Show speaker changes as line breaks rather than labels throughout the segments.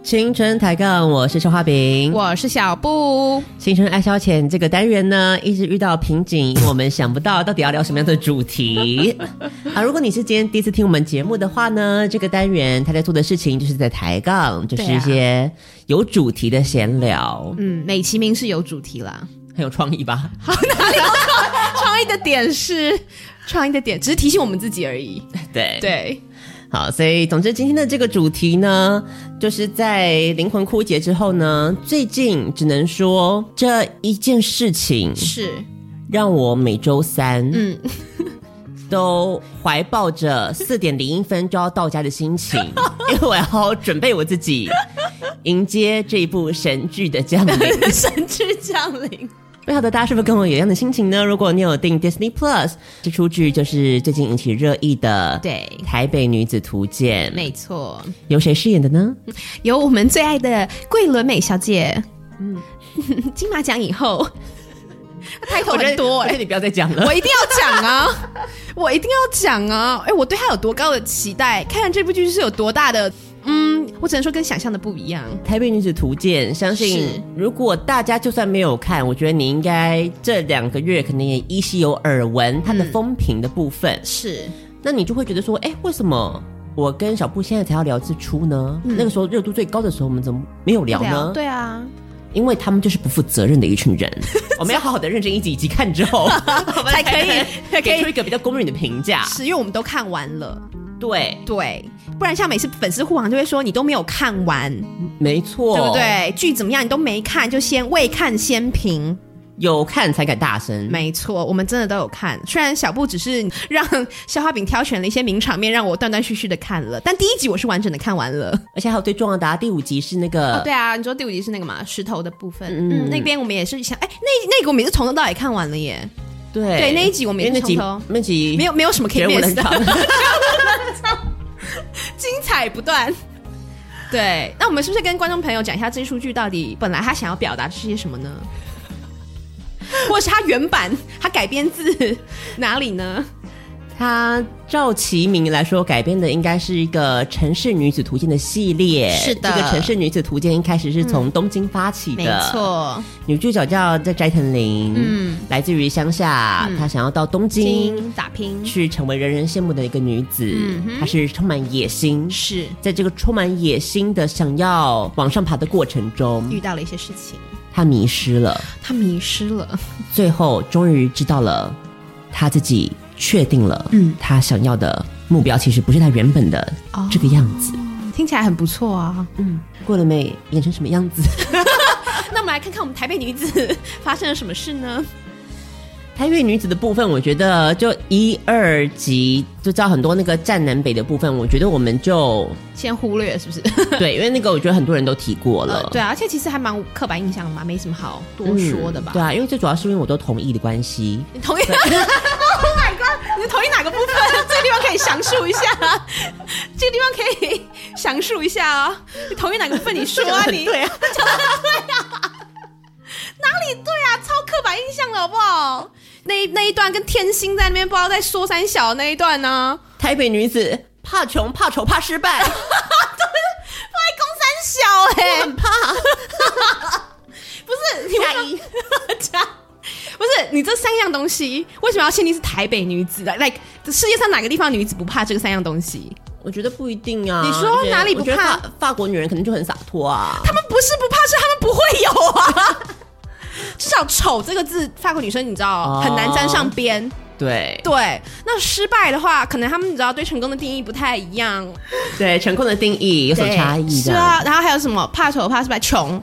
青春抬杠，我是肖画饼。
我是小布，
青春爱消遣这个单元呢，一直遇到瓶颈，因为我们想不到到底要聊什么样的主 题啊。如果你是今天第一次听我们节目的话呢，这个单元他在做的事情就是在抬杠，就是一些有主题的闲聊，
嗯，美其名是有主题啦，
很有创意 吧？
创意的点是创意的点，只是提醒我们自己而已。
对，
对，
好，所以总之今天的这个主题呢，就是在灵魂枯竭之后呢，最近只能说这一件事情
是，
让我每周三
嗯，
都怀抱着四点零一分就要到家的心情，因为我要准备我自己迎接这一部神剧的降临。
神之降临，
不晓得大家是不是跟我有一样的心情呢？如果你有订 Disney Plus，这出剧就是最近引起热议的
对
《台北女子图鉴》，
没错，
由谁饰演的呢？
有我们最爱的桂纶镁小姐，嗯， 金马奖以 后，抬头很 多
我
哎、
觉得你不要再讲了
我。一定要讲啊！ 我一定要讲啊！哎、我对她有多高的期待？看了这部剧是有多大的？嗯，我只能说跟想象的不一样。
《台北女子图鉴》，相信
是
如果大家就算没有看，我觉得你应该这两个月可能也依稀有耳
嗯
闻它的风评的部分。
是，
那你就会觉得说，哎、为什么我跟小布现在才要聊这出呢？那个时候热度最高的时候，我们怎么没有聊呢？，
嗯对啊，
因为他们就是不负责任的一群 人。我们要好好的认真一集一集看之后，我们
才可以才可以
给出一个比较公允的评价。
是因为我们都看完了。
对，
对，不然像每次粉丝护航就会说你都没有看完，
没错，
对不？对？剧怎么样你都没看，就先未看先评。
有看才敢大声。
没错，我们真的都有看，虽然小布只是让消化饼挑选了一些名场面让我断断续续的看了，但第一集我是完整的看完了。
而且还有最重要的、啊，第五集是那个、
哦，对啊，你说第五集是那个嘛石头的部分，
嗯
嗯，那边我们也是想，哎，那那个我们也是从头到尾看完了耶，
对
对那一集我们
因
也
为那
是从
集
头
那集
没有没有什么可以
人文
miss
很
的
长。，
精彩不断。 对，那我们是不是跟观众朋友讲一下这数据到底本来他想要表达的是些什么 呢？或者是他原版他改编自哪里呢？
它照其名来说，改编的应该是一个《城市女子图鉴》的系列。
是的
这个《城市女子图鉴》一开始是从东京发起的，，
错，
女主角叫在斋藤绫，嗯，来自于乡下，
嗯
她想要到东京
拼打拼
去成为人人羡慕的一个女子，她是充满野心。
嗯是
在这个充满野心的想要往上爬的过程中
遇，到了一些事情，
她迷失了，
他迷失了，
最后终于知道了，她自己确定了，嗯，她想要的目标其实不是她原本的
哦
这个样子。
听起来很不错啊。
嗯，桂纶镁演成什么样子？
那我们来看看我们台北女子 发生了什么事呢？
台北女子的部分，我觉得就一二集就知道很多那个站南北的部分，我觉得我们就
先忽略 是不是？
对，因为那个我觉得很多人都提过了，
呃对啊，而且其实还蛮刻板印象的嘛，没什么好多
嗯
说的吧。
对啊，因为最主要是因为我都同意的关系，
你同意 ？Oh my god！你同意哪个部分？ 这个地方可以详述一下， 这个地方可以详述一下哦。你同意哪个部分？你说 啊，
这个很
你
对
啊，对啊，哪里对啊？超刻板印象了，好不好？那那一段跟天星在那边不知道在说三小那一段呢、
台北女子怕穷、怕丑、怕失 败，欸
放在公三小哎、很怕，不是你为什么
一
加， 不是你这三样东西为什么要限定是台北女子？Like 世界上哪个地方女子不怕这个三样东西？
我觉得不一定啊。
你说
我觉得
哪里不
我觉得
怕
法法国女人可能就很洒脱啊。
他们不是不怕，是他们不会有啊。 至少“丑”这个字，法国女生你知道
哦
很难沾上边。
对
对，那失败的话，可能他们你知道对成功的定义不太一样，
对，成功的定义有所
对
差异
是
的。
啊，然后还有什么怕丑怕失败穷，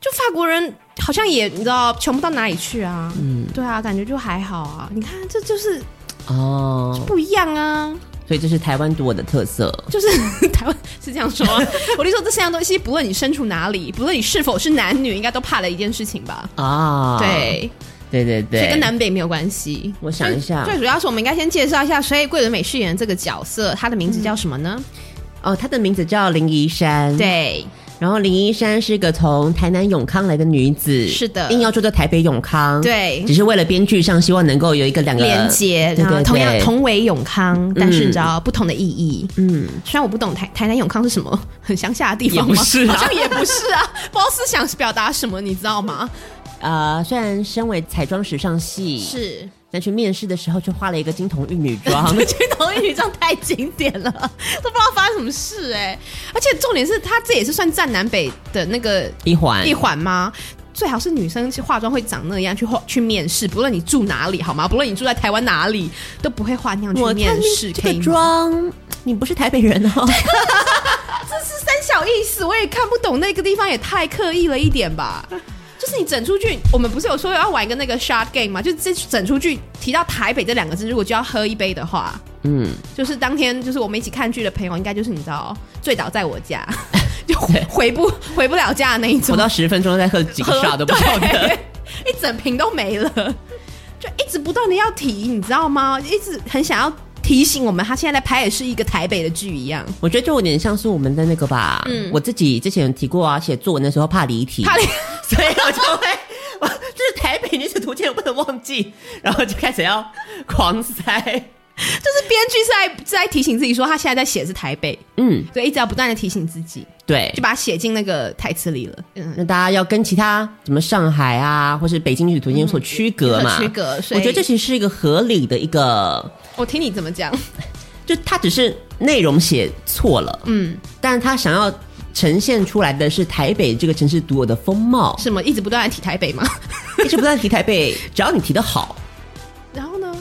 就法国人好像也你知道穷不到哪里去啊。嗯，对啊，感觉就还好啊。你看这就是
哦，
不一样啊。
所以这是台湾独有的特色。
就是台湾是这样说，啊 我就说这三样东西，不论你身处哪里，不论你是否是男女，应该都怕的一件事情吧？
啊，
对，
对对对，
所以跟南北没有关系。
我想一下
最主要是我们应该先介绍一下，所以桂纶镁饰演这个角色，她的名字叫什么呢？
哦，她的名字叫林怡珊，，
对，
然后林怡珊是个从台南永康来的女子，
是的
硬要住到台北永康，
对
只是为了编剧上希望能够有一个两个
连接，
嗯对
然后
对
同样
对
同为永康，但是
嗯
你知道不同的意义。
嗯，
虽然我不懂台台南永康是什么 很乡下的地方吗？
也不是啊
好像也不是啊，不知道是想表达什么，你知道吗？
呃，虽然身为彩妆时尚系，
是。，
但去面试的时候却画了一个金童玉女妆
金童玉女这样太经典了，都不知道发生什么事哎、而且重点是，她这也是算占南北的那个
一环
一环吗？最好是女生去化妆会长那样去化去面试，不论你住哪里好吗？不论你住在台湾哪里，都不会化那样去
我
面
看你
试。
这
可以
个
吗
妆，你不是台北人 哦。
是三小意思，我也看不懂那个地方也太刻意了一点吧。就是你整出剧，我们不是有说要玩一个那个 shot game 吗？就是这整出剧提到台北这两个字，如果就要喝一杯的话，
嗯，
就是当天就是我们一起看剧的朋友，应该就是你知道醉倒在我家， 就回回不回不了家的那一
我
种，
到十分钟再喝几个 shot 都不晓得
对。一整瓶都没了，就一直不断的要提，你知道吗？一直很想要提醒我们，他现在在拍也是一个台北的剧一样，
我觉得就有点像是我们的那个吧，我自己之前有提过啊，写作文的时候怕离题，
嗯怕离
所以我就会， 我就是台北女子图鉴我不能忘记，然后就开始要狂塞，
就是编剧是在是在提醒自己说，他现在在写的是台北，
嗯，
对，一直要不断的提醒自己，
对
就。把它写进那个台词里了，嗯，
那大家要跟其他什么上海啊，或是北京女子图鉴有所区隔嘛？
嗯有所区隔所
我
以
觉得这其实是一个合理的一个，
我听你怎么讲，
就他只是内容写错了，
嗯，
但他想要呈现出来的是台北这个城市独有的风貌。
什么一直不断的提台北吗？
一直不断地提台北，只要你提的好，
然后呢，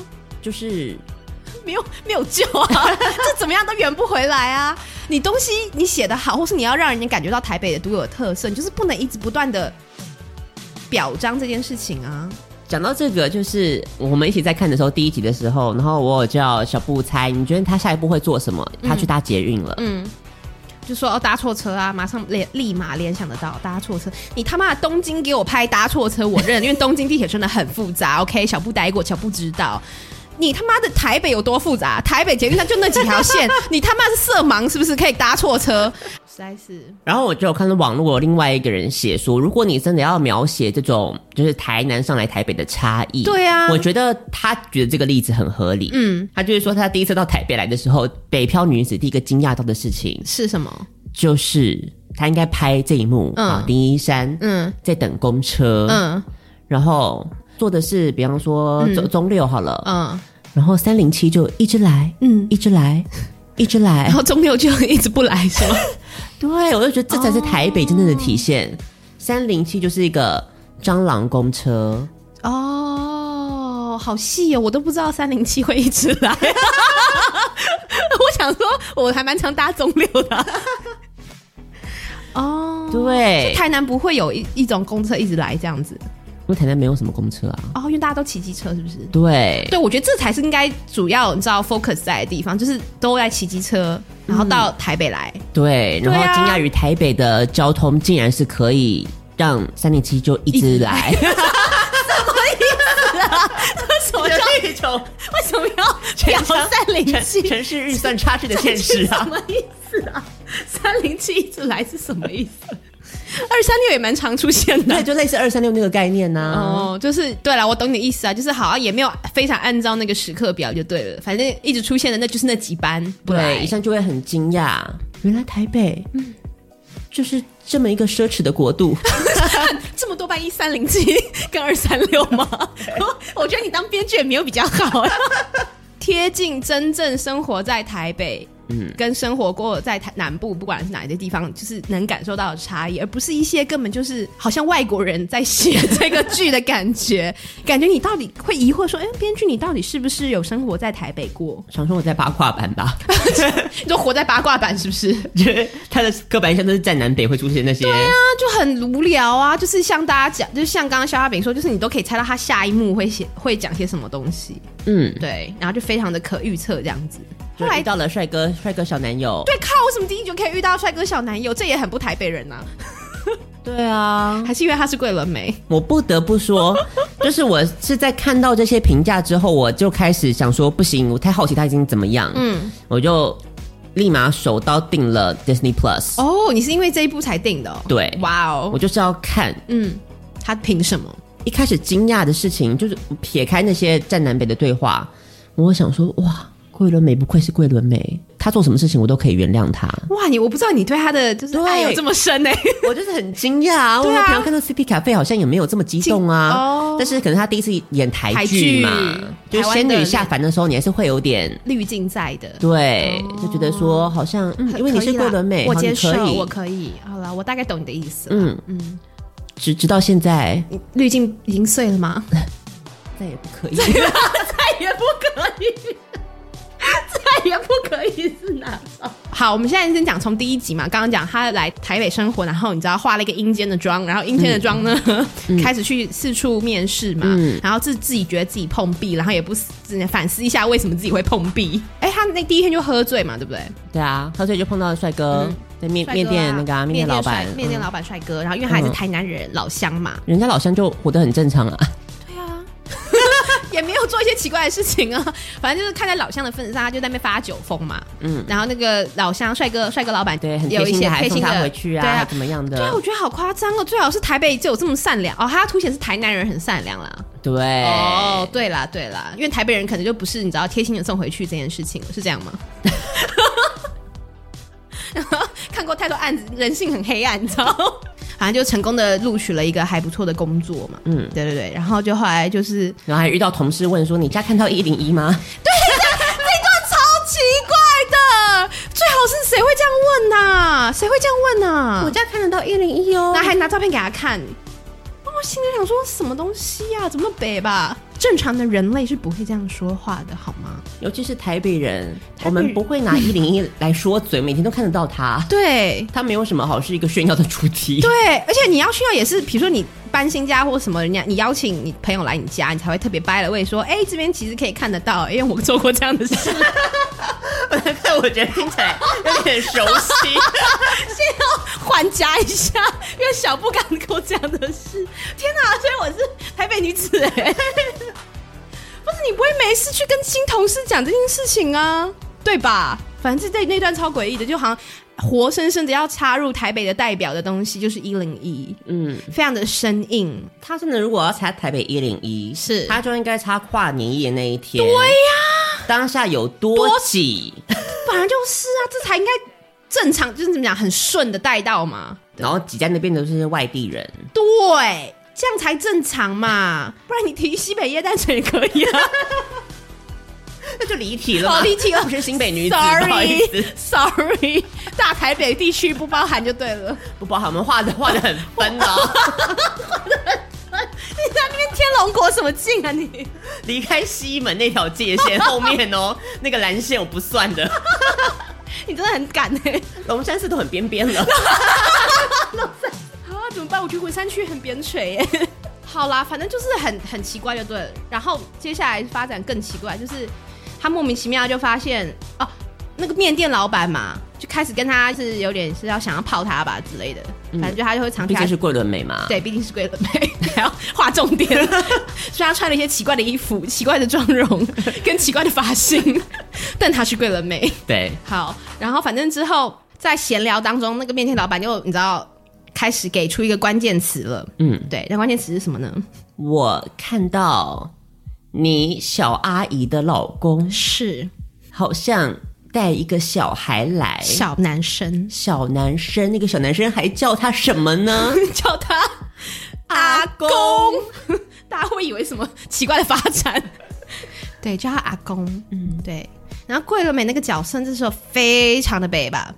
就是
没有 没有救啊， 这怎么样都圆不回来啊！你东西你写的好，或是你要让人家感觉到台北的独有特色，你就是不能一直不断的表彰这件事情啊。
讲到这个，就是我们一起在看的时候，第一集的时候，然后我有叫小布猜，你觉得他下一步会做什么？他去搭捷运了，
嗯，就说哦搭错车啊，马上联立马联想得到搭错车。你他妈的东京给我拍搭错车，我认，因为东京地铁真的很复杂。OK，小布待过，小布知道。你他妈的台北有多复杂？台北捷运站就那几条线， 你他妈是色盲是不是？可以搭错车，实在是
然后我就有看到网络有另外一个人写说，如果你真的要描写这种就是台南上来台北的差异，
对啊
我觉得他觉得这个例子很合理，嗯，他就是说他第一次到台北来的时候，北漂女子第一个惊讶到的事情
是什么？
就是他应该拍这一幕，
嗯
啊，林一山，
嗯
在等公车，
嗯
然后做的是，比方说中中六好了，
嗯，
然后三零七就一直来，
嗯
一直 来，一直来
然。 后中六就一直不来是吗？
哦对，我就觉得这才是台北真正的体现。三零七就是一个蟑螂公车，
哦，好细哦，我都不知道三零七会一直 来。我想说，我还蛮常搭中六的。哦，
对，
台南不会有一一种公车一直来这样子。
因为台南没有什么公车啊。
哦，因为大家都骑机车，是不是？
对，
对，我觉得这才是应该主要你知道 focus 在的地方，就是都在骑机车，然后到台北来。
对，然后
对啊
惊讶于台北的交通竟然是可以让三零七就一直 来，啊
什么叫一种？ 为什么要表三零七？
城市预算差距的现实
什
啊！
么意思啊？三零七一直来是什么意思？ 二三六也蛮常出现
对，
的。
就类似二三六那个概念呢、
哦，就是对了，我懂你的意思啊，就是好像也没有非常按照那个时刻表就对了，反正一直出现的那就是那几班，不
对，
来
一下就会很惊讶，原来台北，嗯，就是这么一个奢侈的国 度。
这么多班一三零七 跟二三六吗？我我觉得你当编剧也没有比较好，贴近真正生活在台北。嗯，跟生活过在台南部，不管是哪一个地方，就是能感受到的差异，而不是一些根本就是好像外国人在写这个剧的感觉。感觉你到底会疑惑说，哎、编剧你到底是不是有生活在台北过？
常说我在八卦版吧，
你就活在八卦版是不是？
就是他的刻板印象都是在南北会出现那些，
那啊就很无聊啊！就是像大家讲，就是像刚刚肖亚饼说，就是你都可以猜到他下一幕会写会讲些什么东西，
嗯，
对，然后就非常的可预测这样子。
就
后来
遇到了帅哥，帅哥小男友。
对，靠，为什么第一就可以遇到帅哥小男友？这也很不台北人呐、
对对啊，
还是因为他是桂纶镁？
我不得不 说，就是我是在看到这些评价之后，我就开始想说，不行，我太好奇他已经怎么样，
嗯，
我就立马手刀订了 Disney Plus，、
哦，你是因为这一部才定的、哦？
对
哇哦
我，就是要看。
嗯，他凭什么？
一开始惊讶的事情就是撇开那些站南北的对话，我想说，哇，桂纶镁不愧是桂纶镁，他做什么事情我都可以原谅他。
哇，你我不知道你对他的就是
对
爱有这么深欸呢、
我就是很惊讶啊！我
对啊
平常看到 CP 咖啡好像也没有这么激动啊，
激哦
但是可能他第一次演台剧嘛
台剧，
就是仙女下凡的时候，你还是会有点
滤镜在的。
对，就觉得说好像，嗯，因为你是桂纶镁，
啊我
好
接受，
你
我
可以，
可以。好了，我大概懂你的意思。嗯，
嗯嗯，直直到现在
滤镜已经碎了吗？
再也不可以，
再也不可以，再也不可以是哪种？好，我们现在先讲从第一集嘛，刚刚讲他来台北生活，然后你知道化了一个阴间的妆，然后阴间的妆呢， 开始去四处面试嘛，
嗯
然后自自己觉得自己碰壁，然后也不思反思一下为什么自己会碰壁。哎、他那第一天就喝醉嘛，对不对？
对啊，喝醉就碰到嗯帅哥，在面
帅哥啊
面店那个啊面店老板
帅，面
嗯
店老板帅哥，然后因为他还是台南人，老乡嘛，
人家老乡就活得很正常啊，
对啊， 也没有做一些奇怪的事情啊，反正就是看在老乡的份上，他就在那边发酒疯嘛。嗯
嗯，
然后那个老乡帅哥帅哥老 板
对，很
有
贴
一
心
些
的还
贴
送
心
他
的
回去
对
啊，
啊
怎。么样
对啊，我
的，
觉得好夸张哦！最好是台北就有这么善良哦，他要凸显是台南人很善良啦。
对，哎
哦，对啦对啦，因为台北人可能就不是你知道贴心的送回去这件事情了，是这样吗？ 看过太多案子，人性很黑暗，你知道吗？ 反正就成功的录取了一个还不错的工作嘛。嗯，对对对，然后就后来就是
然后还遇到同事问说：“你家看到一零一吗
这段超奇怪的，最好是谁会这样问呐、谁会这样问呐、？”
家看得到一零一哦
然后还拿照片给他看，然后我心里想说什么东西呀、怎么北吧？正常的人类是不会这样说话的，好吗？
尤其是台北人，
台北人
我们不会拿一零一来说嘴，每天都看得到他，
对
他没有什么好是一个炫耀的主题。
对，而且你要炫耀也是，比如说你搬新家或什么，人家你邀请你朋友来你家，你才会特别掰了位说，哎、这边其实可以看得到，因为我做过这样的事。
但 我觉得听起来有点熟悉。
先要缓夹一下，因为小布刚跟我讲的是，天哪！所以我是台北女子哎、不是你不会没事去跟新同事讲这件事情啊，对吧？反正这那段超诡异的，就好像活生生的要插入台北的代表的东西，就是一零一，
嗯，
非常的生硬。
他真的如果要插台北一零一，
是
他就应该插跨年夜那一天。对呀、当下有多挤，
本来就是啊，这才应该正常，就是怎么讲，很顺的带到嘛。
然后挤在那边的都是外地人。
对，这样才正常嘛，不然你提西北耶诞城也可以 啊。
那就离题了
好
嘛，
离题了
不是新北女子不好意思，
Sorry，Sorry，大台北地区不包含就对了。
不包含我们画的画的很分的、哦。
你在那边天龙国什么劲啊你？
离开西门那条界限后面哦，那个蓝线我不算的，
你真的很敢哎、
龙山寺都很边边了。
好啊，怎么办？我觉得文山区很扁垂耶、 好啦，反正就是很很奇怪就对了。然后接下来发展更奇怪，就是他莫名其妙就发现哦，那个面店老板嘛，就开始跟他是有点是要想要泡他吧之类的，反正就他就会 常
嗯毕
给他
竟是桂纶镁嘛，，
对，毕竟是桂纶镁，还要划重 点，所以他穿了一些奇怪的衣服、奇怪的妆容跟奇怪的发型，但他是桂纶镁。
对
好，然后反正之后在闲聊当中，那个面店老板就你知道开始给出一个关键词了，
嗯，
对，那关键词是什么呢？
我看到你小阿姨的老公
是
好像带一个小孩来，
小男生，
小男生，那个小男生还叫他什么 呢？
叫他阿公， 大家会以为什么奇怪的发展？ 对，叫他阿公，嗯，对。然后桂纶镁那个角色这时候非常的北吧，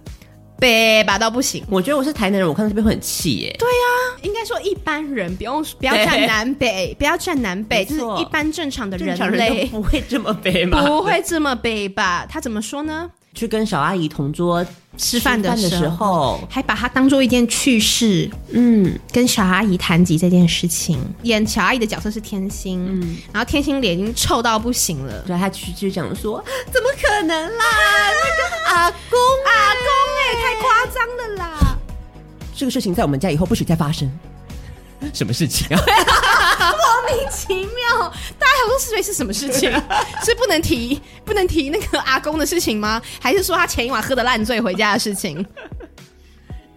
北吧到不行。
我觉得我是台南人，我看到这边会很气耶。对，
应该说一般人不用不要站
对
南北，不要站南北，
没
就是
错
一般正常的
正
人
常人
类
都不会这么悲嘛。
不会这么北吧？他怎么说呢？
去跟小阿姨同桌
吃饭的
的
时
候，
还把它当做一件趣事，
嗯，
跟小阿姨谈及这件事情。演小阿姨的角色是天心，然后天心脸已经臭到不行了，
对，她去就讲说，啊怎么可能 啦？那个阿公，
啊
阿公哎、太夸张了啦！
这个事情在我们家以后不许再发生。
什么事情啊？
莫名其哎妙，大家想说是是什么事 情？是不能提不能提那个阿公的事情吗？还是说他前一晚喝的烂醉回家的事情？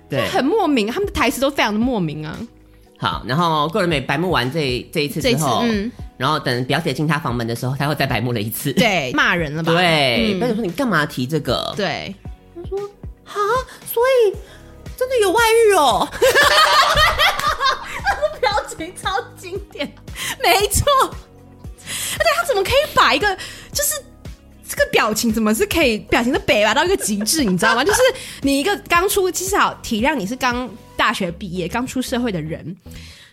对，
很莫名，他们的台词都非常的莫名啊。
好，然后桂纶镁白目完这这一次之后，
这一次嗯
然后等表姐进她房门的时候，她又再白目了一次。
对，骂人了吧？
对，
嗯
表姐说你干嘛提这个？
对，
啊，所以真的有外遇哦。
表情超经典，没错。对他怎么可以把一个就是这个表情，怎么是可以表情的北吧到一个极致，你知道吗？就是你一个刚出，其实好体谅你是刚大学毕业、刚出社会的人，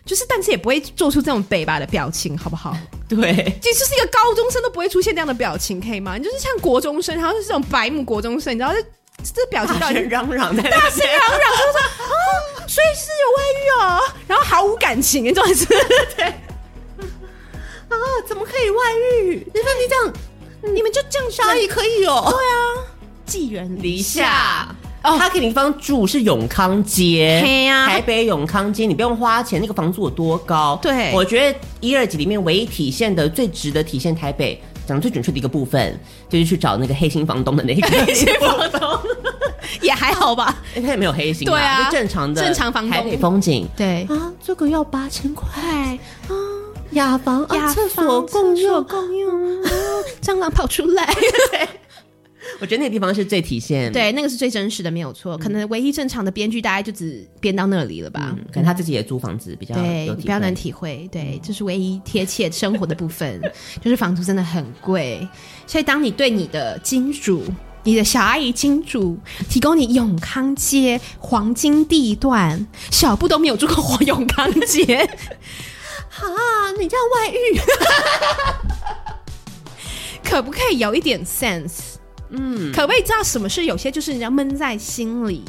就是但是也不会做出这种北吧的表情，好不好？
对，
这就是一个高中生都不会出现这样的表情，可以吗？你就是像国中生，然后是这种白目国中生，你知道这这表情到
大
底
声
是
嚷嚷在那边
大声嚷嚷，他说啊，所以是有外遇哦，然后毫无感情，你知道 是？对，
啊，怎么可以外遇？你看你这
嗯
样，你们就这样小阿姨可以哦。
啊寄人
离下。哦，他给你方住是永康街，
嘿呀
台北永康街，你不用花钱，那个房租有多高？
对
我觉得一二集里面唯一体现的最值得体现台北讲得最准确的一个部分，就是去找那个黑心房东的那个 黑心房东，
也还好吧。
他也没有黑心啦，
对啊
就正常的
正常房东
台北风景
对，
啊，这个要八千块啊
快
雅房啊，
哎雅
厕所
房
共
厕所
用，嗯
共用，蟑螂跑出来。
我觉得那个地方是最体现
对，啊那个是最真实的，没有错。可能唯一正常的编剧大概就只编到那里了吧。
嗯可能他自己也租房子比较有
对，
体
比较
会嗯
难体会。对，这是唯一贴切生活的部分，就是房租真的很贵。所以，当你对你的金主、你的小阿姨金主提供你永康街黄金地段，小布都没有住过黄永康街，
啊，你这样外遇。
可不可以有一点 sense？嗯，可不可以知道什么是有些就是你要闷在心里，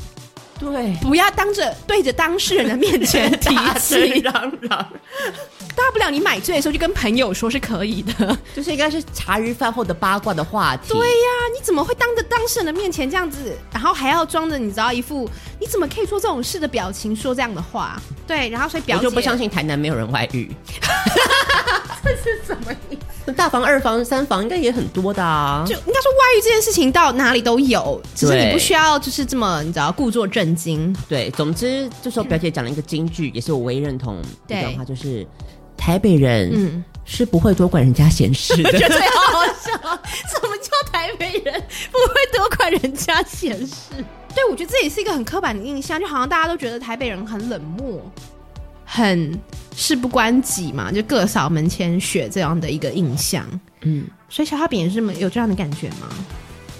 对，
不要当着对着当事人的面前提
大声
起。
嚷嚷，
大不了你买醉的时候就跟朋友说是可以的。对呀、
就是应该是茶余饭后的八卦的话题。对，
你怎么会当着当事人的面前这样子，然后还要装着你知道一副你怎么可以做这种事的表情，说这样的话？
对，然后所以
我
表姐
就不相信台南没有人外 遇。这是什么意思？大房、二房、三房应该也很多的啊。
就应该说外遇这件事情到哪里都有，只是
对
你不需要就是这么你知道故作震惊。
对，总之这时候表姐讲了一个金句，也是我唯一认同一
对
段话，就是台北人
嗯
是不会多管人家闲事 的。
最好笑，什么叫台北人不会多管人家闲事？
对，我觉得这也是一个很刻板的印象，就好像大家都觉得台北人很冷漠，
很事不关己嘛，就各扫门前雪这样的一个印象。
嗯
所以小花饼也是有这样的感觉吗？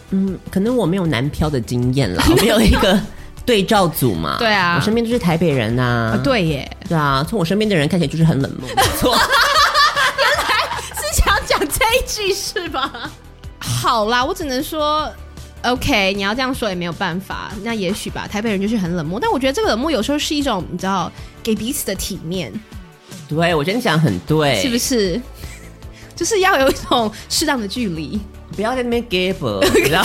嗯，可能我没有南漂的经验 啦，我没有一个对照组嘛。
对啊
我身边都是台北人呐、
啊，对耶，
对啊，从我身边的人看起来就是很冷漠，没错。
是想讲这一句是吧？好啦，我只能说，OK，你要这样说也没有办法。那也许吧，台北人就是很冷漠，但我觉得这个冷漠有时候是一种你知道给彼此的体面，
对，我觉得你讲得很对，
是不
是？
是？ 就是要有一种适当的距离。
不要在那边 give，你知 道？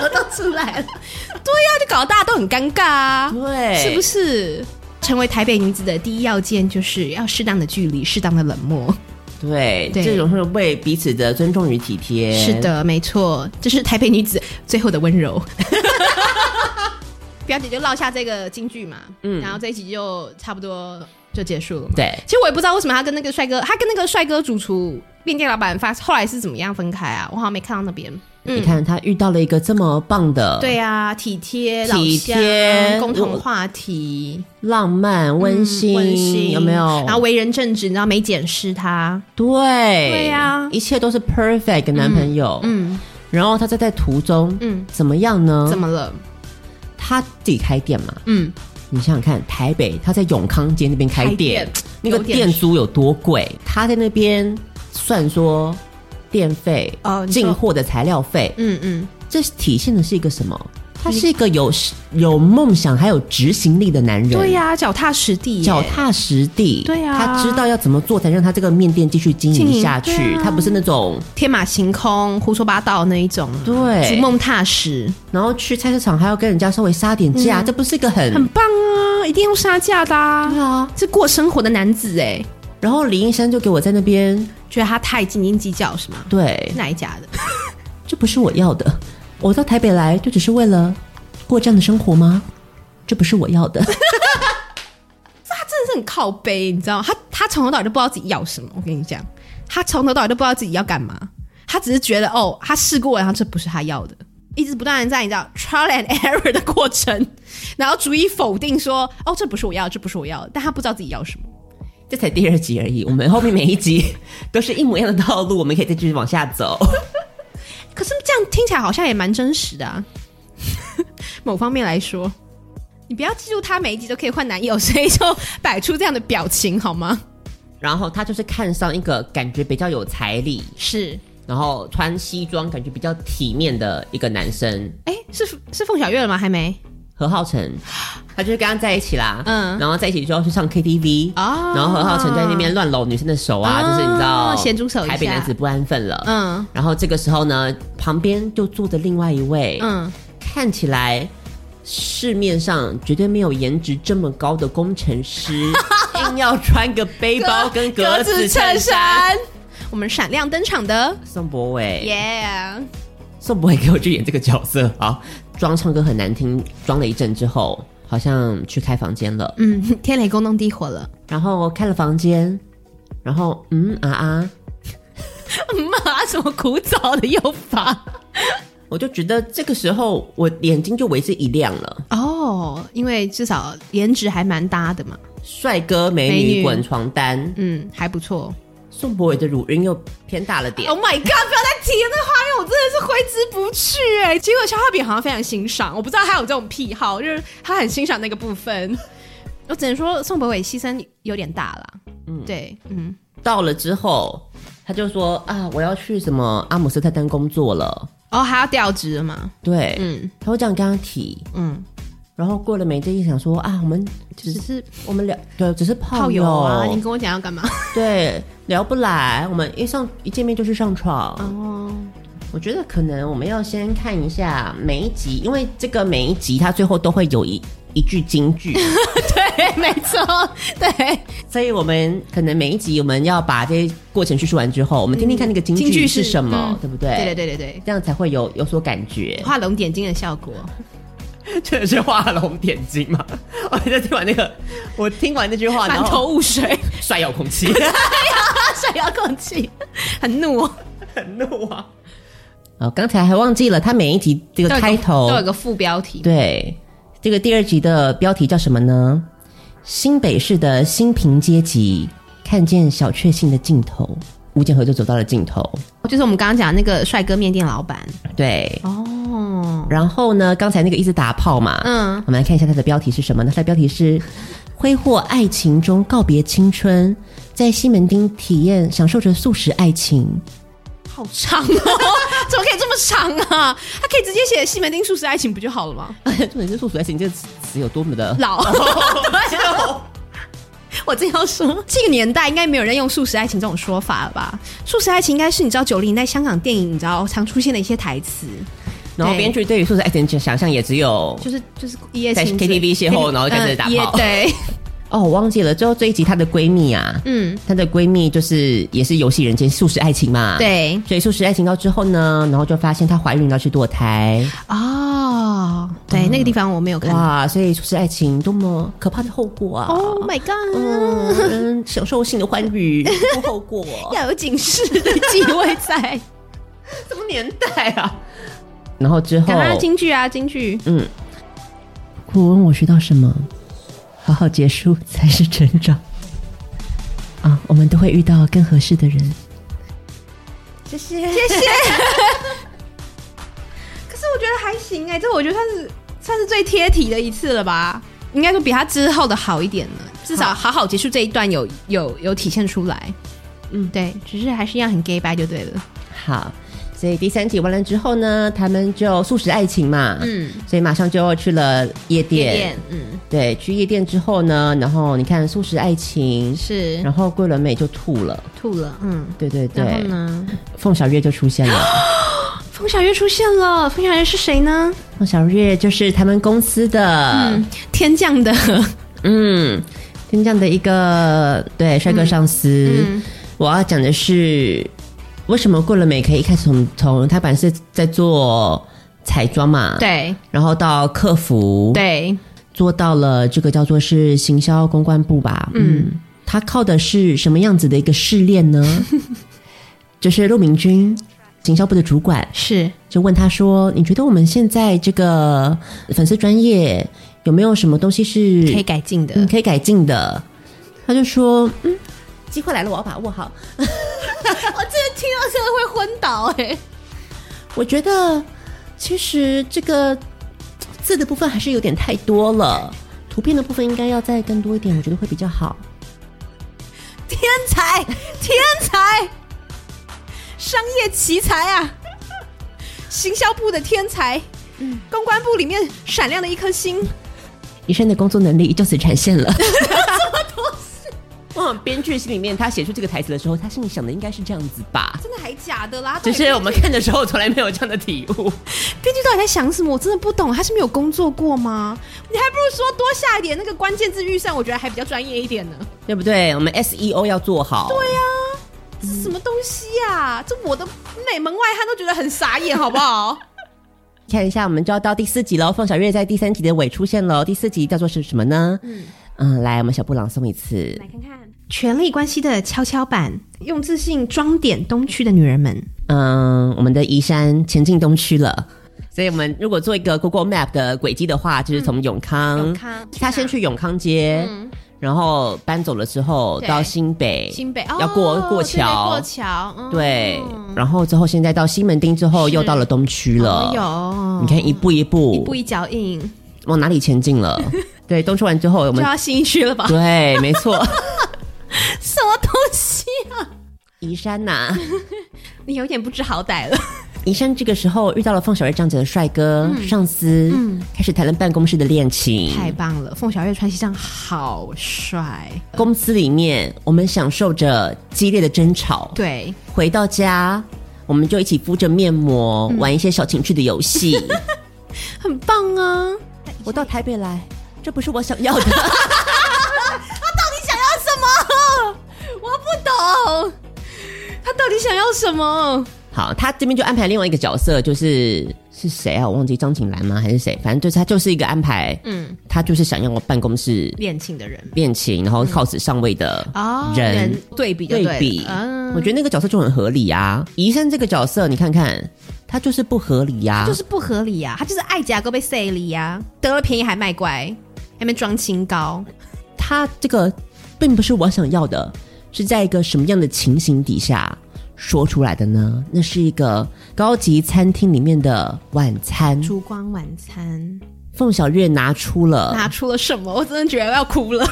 我都出来了，对呀、就搞得大家都很尴尬啊。
对，
是不
是？
是？成为台北女子的第一要件就是要适当的距离，适当的冷漠。
对，
对
这种是为彼此的尊重与体贴。
是，的，没错，这是台北女子最后的温柔。 表姐就落下这个金句嘛，
嗯
然后这一集就差不多就结束了嘛。
对，
其实我也不知道为什么她跟那个帅哥，她跟那个帅哥主厨面店老板发后来是怎么样分开啊？我好像没看到那边。
你看他遇到了一个这么棒的，
嗯对啊，体贴、老
体
乡
贴、
共同
我
话题、
浪漫、温馨，
嗯温馨，
有没有？
然后为人正直，你知道没检视他，
对，对
呀
一切都是 perfect 的男朋友。
嗯，
然后他在在途中，
嗯
怎么样呢？
怎么了？
他自己开店嘛？
嗯，
你想想看，台北他在永康街那边开店，
开店
那个
有点
店租有多贵？他在那边算说电费、
哦你说
进货的材料费，
嗯嗯，
这体现的是一个什么？他是一个有有梦想还有执行力的男人。
对、呀、脚踏实地耶，
脚踏实地。
对呀
他知道要怎么做才让他这个面店继续经
经
营
营
下去。
对啊
他不是那种
天马行空、胡说八道那一种，
对
逐梦踏实，
然后去菜市场还要跟人家稍微杀点价，这不是一个嗯很
很棒啊，一定用杀价的啊，
对啊。
是过生活的男子哎，
然后李医生就给我在那边，
觉得他太斤斤计较是吗？
对，
哪一家的？
这不是我要的。我到台北来就只是为了过这样的生活吗？这不是我 要的。
真的是很靠背，你知道吗？他他从头到尾都不知道自己要什么。我跟你讲，他从头到尾都不知道自己要干嘛，他只是觉得哦，他试过了，然后这不是他要的，一直不断的在你知道 trial and error 的过程，然后逐一否定说哦，这不是我要的，这不是我要的，但他不知道自己要什么。
这才第二集而已，我们后面每一集都是一模一样的套路，我们可以再继续往下走。
可是这样听起来好像也蛮真实的啊， 某方面来说。你不要记住他每一集都可以换男友，所以就摆出这样的表情好吗？
然后他就是看上一个感觉比较有财力，
是，
然后穿西装感觉比较体面的一个男生，
哎、是是凤小岳了吗？还没，
何浩晨，他就是跟他在一起啦，嗯，哦
嗯
然后在一起之后去唱 KTV
啊
然后何浩晨在那边乱搂女生的手啊，
啊
就是你知道
咸猪手一下
台北男子不安分了，嗯，
嗯
然后这个时候呢，旁边就坐着另外一位，
嗯，
看起来市面上绝对没有颜值这么高的工程师， 硬要穿个背包跟格子衬衫。
衫，我们闪亮登场的
宋博伟
，Yeah，
宋博伟给我去演这个角色，好，装唱歌很难听，装了一阵之后，好像去开房间了，
嗯，天雷勾动地火了，
然后开了房间，然后嗯啊啊，
骂什么古早的用法？
我就觉得这个时候我眼睛就为之一亮了。
哦，因为至少颜值还蛮搭的嘛，
帅哥美
美
女
女
滚床单，
嗯，还不错。
宋博伟的乳晕又偏大了点
Oh。my god！不要再提那画面，我真的是挥之不去哎、结果消化饼好像非常欣赏，我不知道他有这种癖好，就是他很欣赏那个部分。我只能说宋博伟牺牲有点大啦。嗯，对，嗯，
到了之后，他就说啊，我要去什么阿姆斯特丹工作了。
哦，还要调职了嘛？
对，
嗯
他会这样跟他提，
嗯，
然后过了没阵子想说啊，我们只
只
是
是
我们聊对，只是炮
炮友
友
啊，你跟我讲要干嘛？
对聊不来，我们一上一见面就是上床。
哦，
我觉得可能我们要先看一下每一集，因为这个每一集它最后都会有一一句金句，
对，没错，对，
所以我们可能每一集我们要把这些过程叙述完之后，我们听听看那个金
金句
是
是
什么，
嗯
对不对？
对对对对对，
这样才会有有所感觉。
画龙点睛的效果。
真的是画龙点睛吗？ 我在听完那个，我听完那句 话，哦然
满头
后
雾水，
帅有空气，
水遥控器，很怒哦。
很怒啊！哦，刚才还忘记了，他每一集这个
都有一个
开头
都有一个副标题，
对，这个第二集的标题叫什么呢？新北市的新贫阶级看见小确幸的尽头，吴建和就走到了尽头。
就是我们刚刚讲的那个帅哥面店老板。
对，
哦，
然后呢，刚才那个一直打炮嘛，
嗯
我们来看一下它的标题是什么呢？它的标题是“挥霍爱情中告别青春，在西门町体验享受着素食爱情
好长哦， 怎么可以这么长啊？他可以直接写西门町素食爱情不就好了吗”。？
重点是“素食爱情”这个词有多么的
老， 对啊我正要说，这个年代应该没有人用“素食爱情”这种说法了吧？“素食爱情”应该是你知道九零年代香港电影你知道常出现的一些台词，
哦然后
对
编剧对于素食爱情的想象也只有
就是就是一夜
在
情醉
KTV 邂逅然后就开始打炮
嗯也 对，
哦，我忘记了。最后这一集她的闺蜜啊，
嗯，
她的闺蜜就是也是游戏人间素食爱情嘛，。
对
所以素食爱情到之后呢，然后就发现她怀孕要去堕胎，
哦，对，那个地方我没有看到。
哇！所以素食爱情多么可怕的后果啊！
Oh my god！
嗯，享受性的欢愉，无后 果。
要有警示的机会 在，
什么年代啊？然后之后
赶，快京剧啊，京剧。
我问我学到什么？好好结束才是成 长。啊，我们都会遇到更合适的人。
谢谢，谢谢。可是我觉得还行哎、这我觉得算是算是最贴题的一次了吧，应该说比他之后的好一点了，至少好好结束这一段有有有体现出来。嗯，对，只是还是一样很 gay 白就对了。
好，所以第三集完了之后呢，他们就素食爱情嘛，
嗯，
所以马上就去了夜店。
点，嗯，
对，去夜店之后呢，然后你看素食爱情，
是
然后桂纶镁就吐了，
吐了，嗯，
对对对，
然后呢？
凤小岳就出现了。
冯小月出现了，冯小月是谁呢？
凤小岳就是他们公司
嗯
的，
天降的，
嗯，天降的一个对帅哥上司。
嗯
我要讲的是，为什么桂纶镁可以一开始从从他本来是在做彩妆嘛，，
对
然后到客服，，
对，
做到了这个叫做是行销公关部吧，嗯，他靠的是什么样子的一个试炼呢？ 就是陆明君行销部的主管
是
就问他说：“你觉得我们现在这个粉丝专业有没有什么东西是
可以改进的。
嗯可以改进的？”他就说：“嗯，机会来了，我要把握好。
我真的听到真的会昏倒哎、
我觉得其实这个字的部分还是有点太多了，图片的部分应该要再更多一点，我觉得会比较好。”
天才，天才，商业奇才啊！
行销部的天才，公关部里面闪亮的一颗星，
医生的工作能力就此展现了。什么东西？嗯，编剧心里面他写出这个台词的时候，他心里想的应该是这样子吧。
真的还假的啦？
只是我们看的时候从来没有这样的体悟。
编剧到底在想什么？我真的不懂，他是没有工作过吗？你还不如说多下一点那个关键字预算，我觉得还比较专业一点呢。
对不对？我们 SEO 要做好。对呀、
这是什么东西呀、这我的内门外汉都觉得很傻眼，好不好？
看一下，我们就要到第四集喽。凤小岳在第三集的尾出现喽。第四集叫做是什么呢？嗯来，我们小布朗诵一次。
来看看，
权力关系的跷跷板，用自信装点东区的女人们。
嗯，我们的宜山前进东区了。所以我们如果做一个 Google Map 的轨迹的话，就是从永康，嗯
永康
他先去永康街，然后搬走了之后
对
到新北，
新北哦，
要过过
对对
桥
过，桥，嗯、
对，然后之后现在到西门町之后又到了东区了，
哦
你看一步一步，
有一步一脚印，
往哪里前进 了？对，东区完之后我
就
们
要新一区了吧？
对，没错，
什么东西啊？
宜山呐、
你有点不知好歹了。
宜山这个时候遇到了凤小岳这样子的帅哥、上司，开始谈论办公室的恋情。
太棒了，凤小岳穿西装好帅。
公司里面，我们享受着激烈的争吵，
对，
回到家。我们就一起敷着面膜，玩一些小情趣的游戏。
很棒啊！
我到台北来，这不是我想要的。
你想要什么？我不懂，他到底想要什么？
好，他这边就安排另外一个角色，就是是谁啊？我忘记张景兰吗？还是谁？反正就是他就是一个安排，嗯，他就是想要办公室
恋情的人
恋情，然后靠此上位的
哦，
人。
对比就
对
了
比，
嗯，
我觉得那个角色就很合理啊。医生这个角色，你看看，他就是不合理啊呀、
啊
就是不合理啊呀、他就是爱甲哥被塞里呀、得了便宜还卖乖，还没装清高，
他这个并不是我想要的，是在一个什么样的情形底下说出来的呢？那是一个高级餐厅里面的晚餐，
烛光晚餐
凤小岳拿出了，
拿出了什么？我真的觉得要哭了。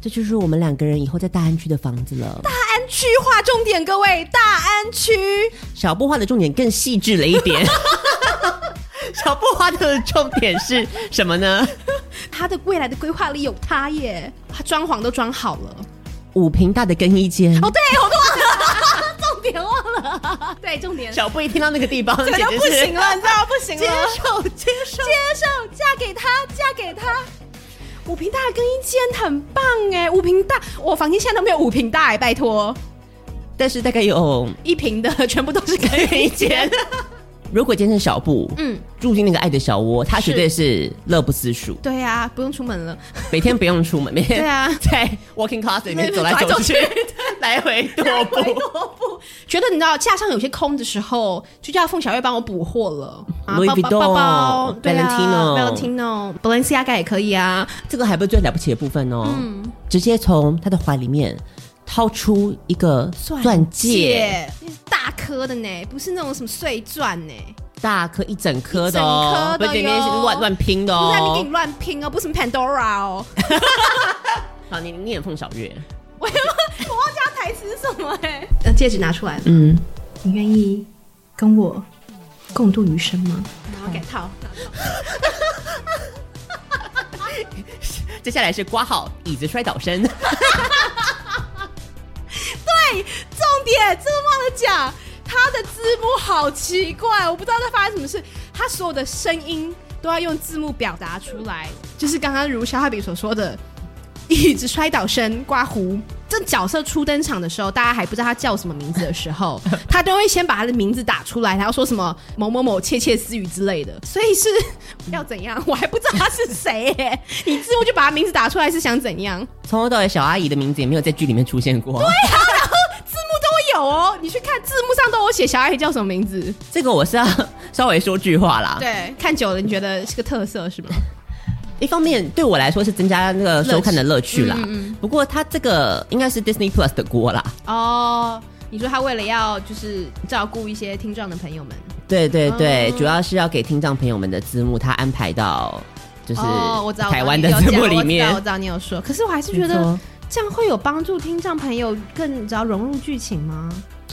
这就是我们两个人以后在大安区的房子了。
安区划重点，各位，大安区
小布画的重点更细致了一点。 小布画的重点是什么呢？
他的未来的规划里有他耶，他装潢都装好了。
五平大的更衣间，
哦，对，我都忘 了，重点忘了，对，重点。
小布一听到那个地方，
这
简
就
直
不行
是
了，你知道不行
接
了。
受接受。
接受，嫁给他，嫁给他。五平大的更衣间很棒哎，五平大，我房间现在都没有五平大哎，拜托，
但是大概有，
一平的全部都是更衣 间。
如果今天是小布，嗯，住进那个爱的小窝，他绝对是乐不思蜀，
对啊，不用出门了，
每天不用出门，每天
对 啊
在 walking class 里面走来走去， 来回踱步。
觉得你知道架上有些空的时候，就叫凤小月帮我补货了。啊
Louis
包包包包
Vuitton，
对啊
Valentino
Valentino，Balenciaga 也可以啊。
这个还不是最了不起的部分哦，直接从他的怀里面掏出一个钻戒，
姐，那是大颗的呢，不是那种什么碎钻呢，
大颗一整颗的哦，
一整颗的哟
不是里面是乱乱拼的
不是在那边给
哦
你。乱拼哦，不是什么 Pandora 哦。
好，哦你你也凤小月，
我忘我忘记他台词是什么哎。
呃，戒指拿出来了，
嗯，
你愿意跟我共度余生吗？
然后改套，
接下来是刮好椅子摔倒声，
重点这个忘了讲，他的字幕好奇怪，我不知道在发生什么事。他所有的声音都要用字幕表达出来，就是刚刚如小哈比所说的，椅子摔倒声、刮胡。这角色初登场的时候，大家还不知道他叫什么名字的时候，他都会先把他的名字打出来，然后说什么某某某窃窃私语之类的。所以是要怎样？我还不知道他是谁耶！你字幕就把他名字打出来是想怎样？
从头到尾小阿姨的名字也没有在剧里面出现过。
字幕都有哦，你去看字幕上都有写小阿姨叫什么名字。
这个我是要 稍微说句话啦。，
对，看久了你觉得是个特色是吗？
一方面对我来说是增加那个收看的乐趣啦。
嗯
不过它这个应该是 Disney Plus 的锅啦。
哦，你说他为了要就是照顾一些听障的朋友们，
对对对，
哦
主要是要给听障朋友们的字幕，它安排到就是
哦，我知道
台湾的
我知
字
道你有讲
幕里
我知
面
道我。知道你有说，可是我还是
没
觉得
错
这样会有帮助听障朋友更早融入剧情吗？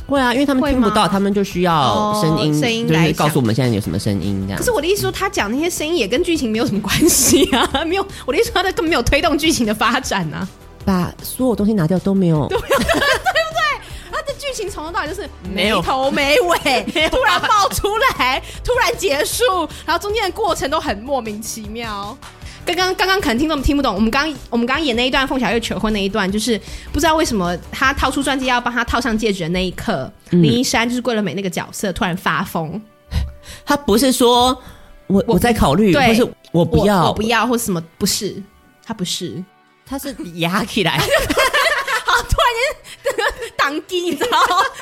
会啊，因为他们
会
听不到，
吗
他们就需要
哦
声音，
声音
就
来
是
想
告诉我们现在有什么声音这样
可。是我的意思说，他讲那些声音也跟剧情没有什么关系啊， 没有，我的意思说，他根本没有推动剧情的发展啊。
把所有东西拿掉都没有，
他的剧情从头到尾就是
没
没
有
头没 尾，突然爆出来，突然结束，然后中间的过程都很莫名其妙。刚刚刚刚可能听众听不懂，我们刚我们刚演那一段凤小岳求婚那一段，就是不知道为什么他掏出钻戒要帮他套上戒指的那一刻，
嗯
林一山就是桂纶镁那个角色突然发疯，
他不是说我我在考虑，
对
或是我不要，
我我不，要或什么不是，他不是，
他是压起 来，
挡机，你知道吗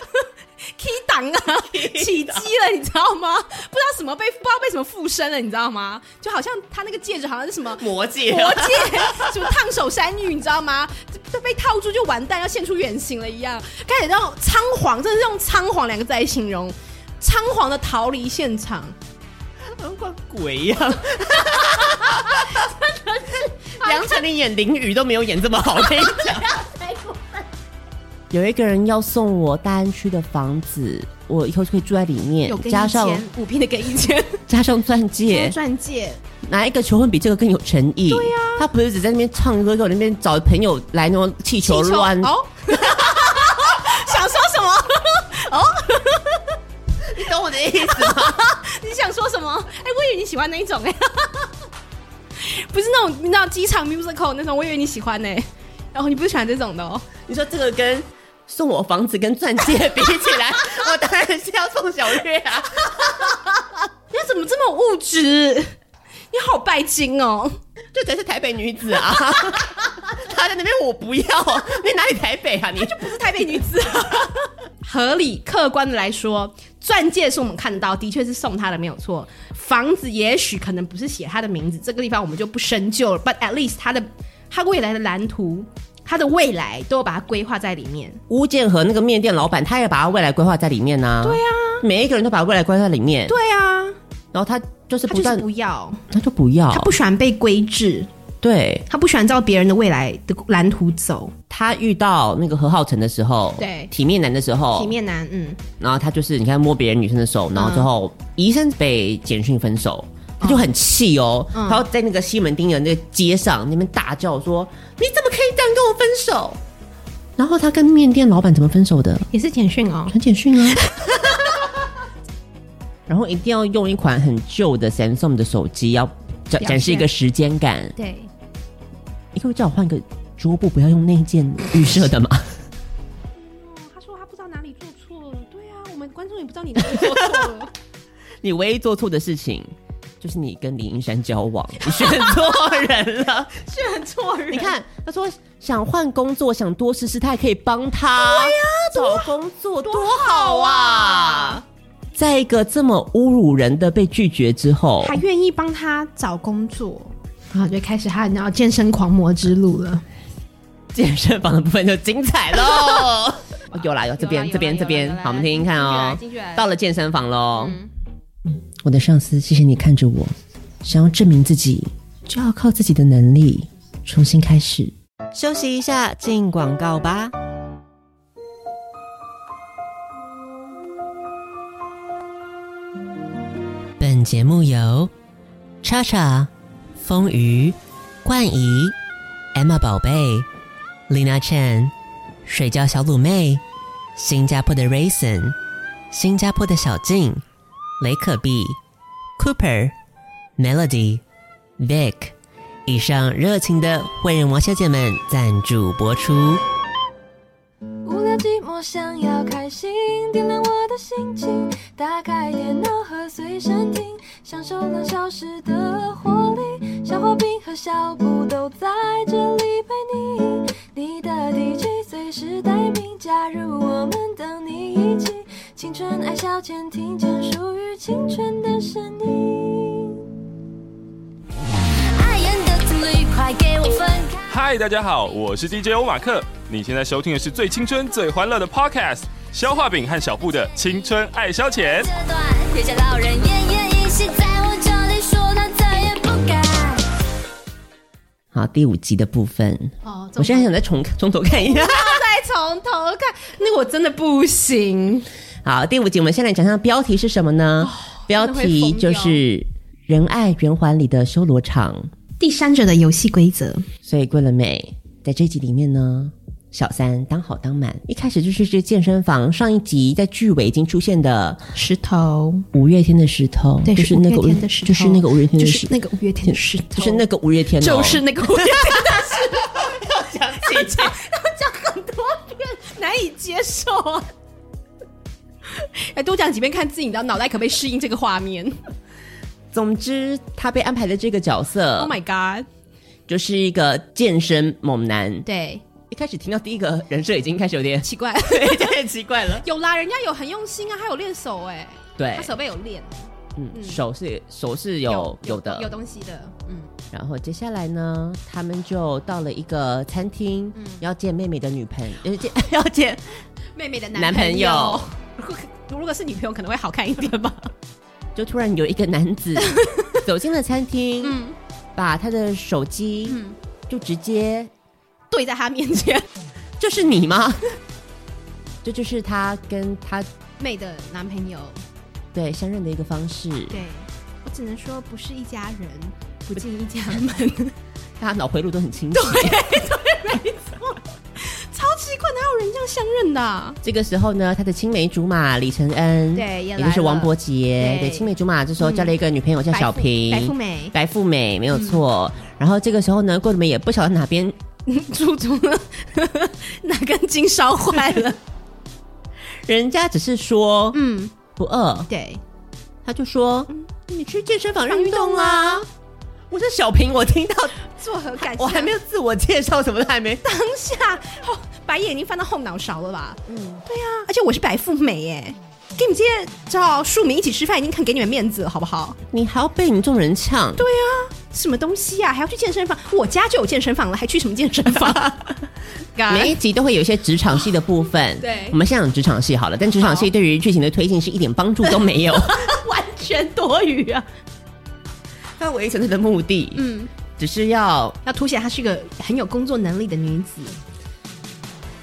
？key 挡啊，起鸡了，你知道吗？不知道什么被不知道被什么附身了，你知道吗？就好像他那个戒指好像是什么
魔戒啊
魔戒， 什么烫手山芋，你知道吗？就被套住就完蛋，要现出原形了一样。开始让仓皇，真的是用仓皇两个字来形容，仓皇的逃离现场。
跟鬼一 样。杨丞琳演淋雨都没有演这么好，我跟你讲。 有一个人要送我大安区的房子，我以后就可以住在里面
有，跟
加
一
上
千五片的跟一千，
加上钻 戒，
钻戒
哪一个求婚比这个更有诚意？对呀、啊他不是只在那边唱歌，给我那边找朋友来那种气球乱
哦， 想说什么？
你懂我的意思 吗？
你想说什么？哎、我以为你喜欢那一种哎、 不是那种你知道机场 musical 那种，我以为你喜欢呢、然后你不喜欢这种的哦，
你说这个跟送我房子跟钻戒比起 来，我当然是要送小月啊。
你怎么这么物质？你好拜金哦！
这才是台北女子啊！ 她在那边我不要，你哪里台北啊？你就不
不是台北女子、 合理客观的来说，钻戒是我们看得到，的确是送她的没有错。房子也许可能不是写她的名字，这个地方我们就不深究了。But at least 她的她未来的蓝图，她的未来都有把它规划在里面。
吴建和那个面店老板，他也把他未来规划在里面呐、对呀、啊每一个人都把未来规划在里面。
啊对啊，
然后他就是
她
不
就是
断，
不要，
他就不要，
她不喜欢被规制，
对。
他不喜欢照别人的未来的蓝图走。
他遇到那个何浩晨的时候，
对
体面嗯男的时候，
体，面男，嗯，
然后他就是你看摸别人女生的手，然后之后医生被简讯分手，他就很气哦，他要在那个西门町的那个街上那边大叫说：“你怎么可以这样跟我分手？”然后他跟面店老板怎么分手的？
也是简讯哦。
传简讯啊。 然后一定要用一款很旧的 Samsung 的手机，要展
表
展示一个时间感。
对，
你可不可以叫我换个桌布，不要用那一件预设 的嘛？
他说他不知道哪里做错了。对啊，我们观众也不知道你哪里做错 了。
你唯一做错的事情就是你跟林一山交往，你选错人 了。
选错人
你看，他说想换工作，想多试试，他也可以帮他。对呀、找工作多好啊！在一个这么侮辱人的被拒绝之后，
还愿意帮他找工作，
然后就开始他你知道健身狂魔之路了。
健身房的部分就精彩喽。 有啦，有这边
有啦
这边
有啦
这边
有啦，
好，我们听听看哦
进去了进去。了
到了健身房喽。嗯我的上司，谢谢你看着我，想要证明自己，就要靠自己的能力重新开始。休息一下，进广告吧。本节目由叉叉、风鱼、冠仪、Emma 宝贝、Lina Chen、水饺小卤妹、新加坡的 Raisin、新加坡的小静、雷可碧、Cooper、Melody、Vic 以上热情的会人王小姐们赞助播出。
无聊寂寞，想要开心，点亮我的心情，打开电脑和随身听，享受两小时的活力。小花瓶和小布都在这里陪你，你的 DJ 随时待命，加入我们，等你一起。青春爱消遣，听见属于青春的声音。爱演的挺绿，快给我分开。
嗨，大家好，我是 DJ 欧马克。你现在收听的是最青春、最欢乐的 Podcast《消化饼和小布的青春爱消遣》。
这段，别家老人奄奄一息，在我这里说他再也不敢。
好，第五集的部分，
哦，
我现在想再重从头看一下。
再从头看，那我真的不行。
好，第五集我们先来讲讲标题是什么呢？标题就是“仁爱圆环里的修罗场
第三者的游戏规则，”。
所以桂纶镁在这一集里面呢，小三当好当满，一开始就是这健身房。上一集在剧尾已经出现的
石头，
五月天的石头，
对，
就是那个
五月天的石头，
就是那个五月天的石
就是，那个五月天的石头，
就是那个五月天哦，
就是那个五月天的石头。
姐姐。
讲很多遍，难以接受啊！
哎，多讲几遍，看自己你的脑袋可不可以适应这个画 面。
总之，他被安排的这个角色
Oh my god！
就是一个健身猛男。
对，
一开始听到第一个人设已经开始有 点
奇怪，
有点奇怪了。
有啦，人家有很用心啊，他有练手哎、
对
他，手背有练，
嗯，手是手是有有的
有东西的，嗯，
然后接下来呢，他们就到了一个餐厅，要见妹妹的女朋友，要呃见要见
妹妹的
男朋
朋
友，
如果 如果是女朋友，可能会好看一点吧。
就突然有一个男 子走进了餐厅，
嗯
嗯
把他的手机，就直接
对在他面前，
这是你吗？ 这就是他跟他
妹的男朋友，
对相认的一个方式。
对我只能说不是一家人，不进一家门。
大家脑回路都很清晰。
超奇怪，哪有人这样相认的啊、
这个时候呢，他的青梅竹马李承恩，
对也来
也就是王
了
伯杰，
对嗯
对，青梅竹马这时候交了一个女朋友叫小平，
白富美嗯
白富美没有错。然后这个时候呢，桂纶镁也不晓得哪边
猪猪呢？哪根筋烧坏 了？
人家只是说
嗯，
不饿，
对，
他就说嗯你去健身房运动啊。
啊，
我是小平，我 听到
作何感想？
我还没有自我介绍，什么都还没。
当下，哦、白眼已经翻到后脑勺了吧？嗯，对啊，而且我是白富美耶，跟你们这些叫庶民一起吃饭，已经很给你们面子了，好不好？
你还要被你这种人呛，对，
什么东西啊？还要去健身房？我家就有健身房了，还去什么健身 房？
每一集都会有一些职场戏的部 分。
对
我们先讲职场戏好了，但职场戏对于剧情的推进是一点帮助都没 有。
完全多余啊！
他维持他的目的，嗯，只是要，
要凸显她是个很有工作能力的女子，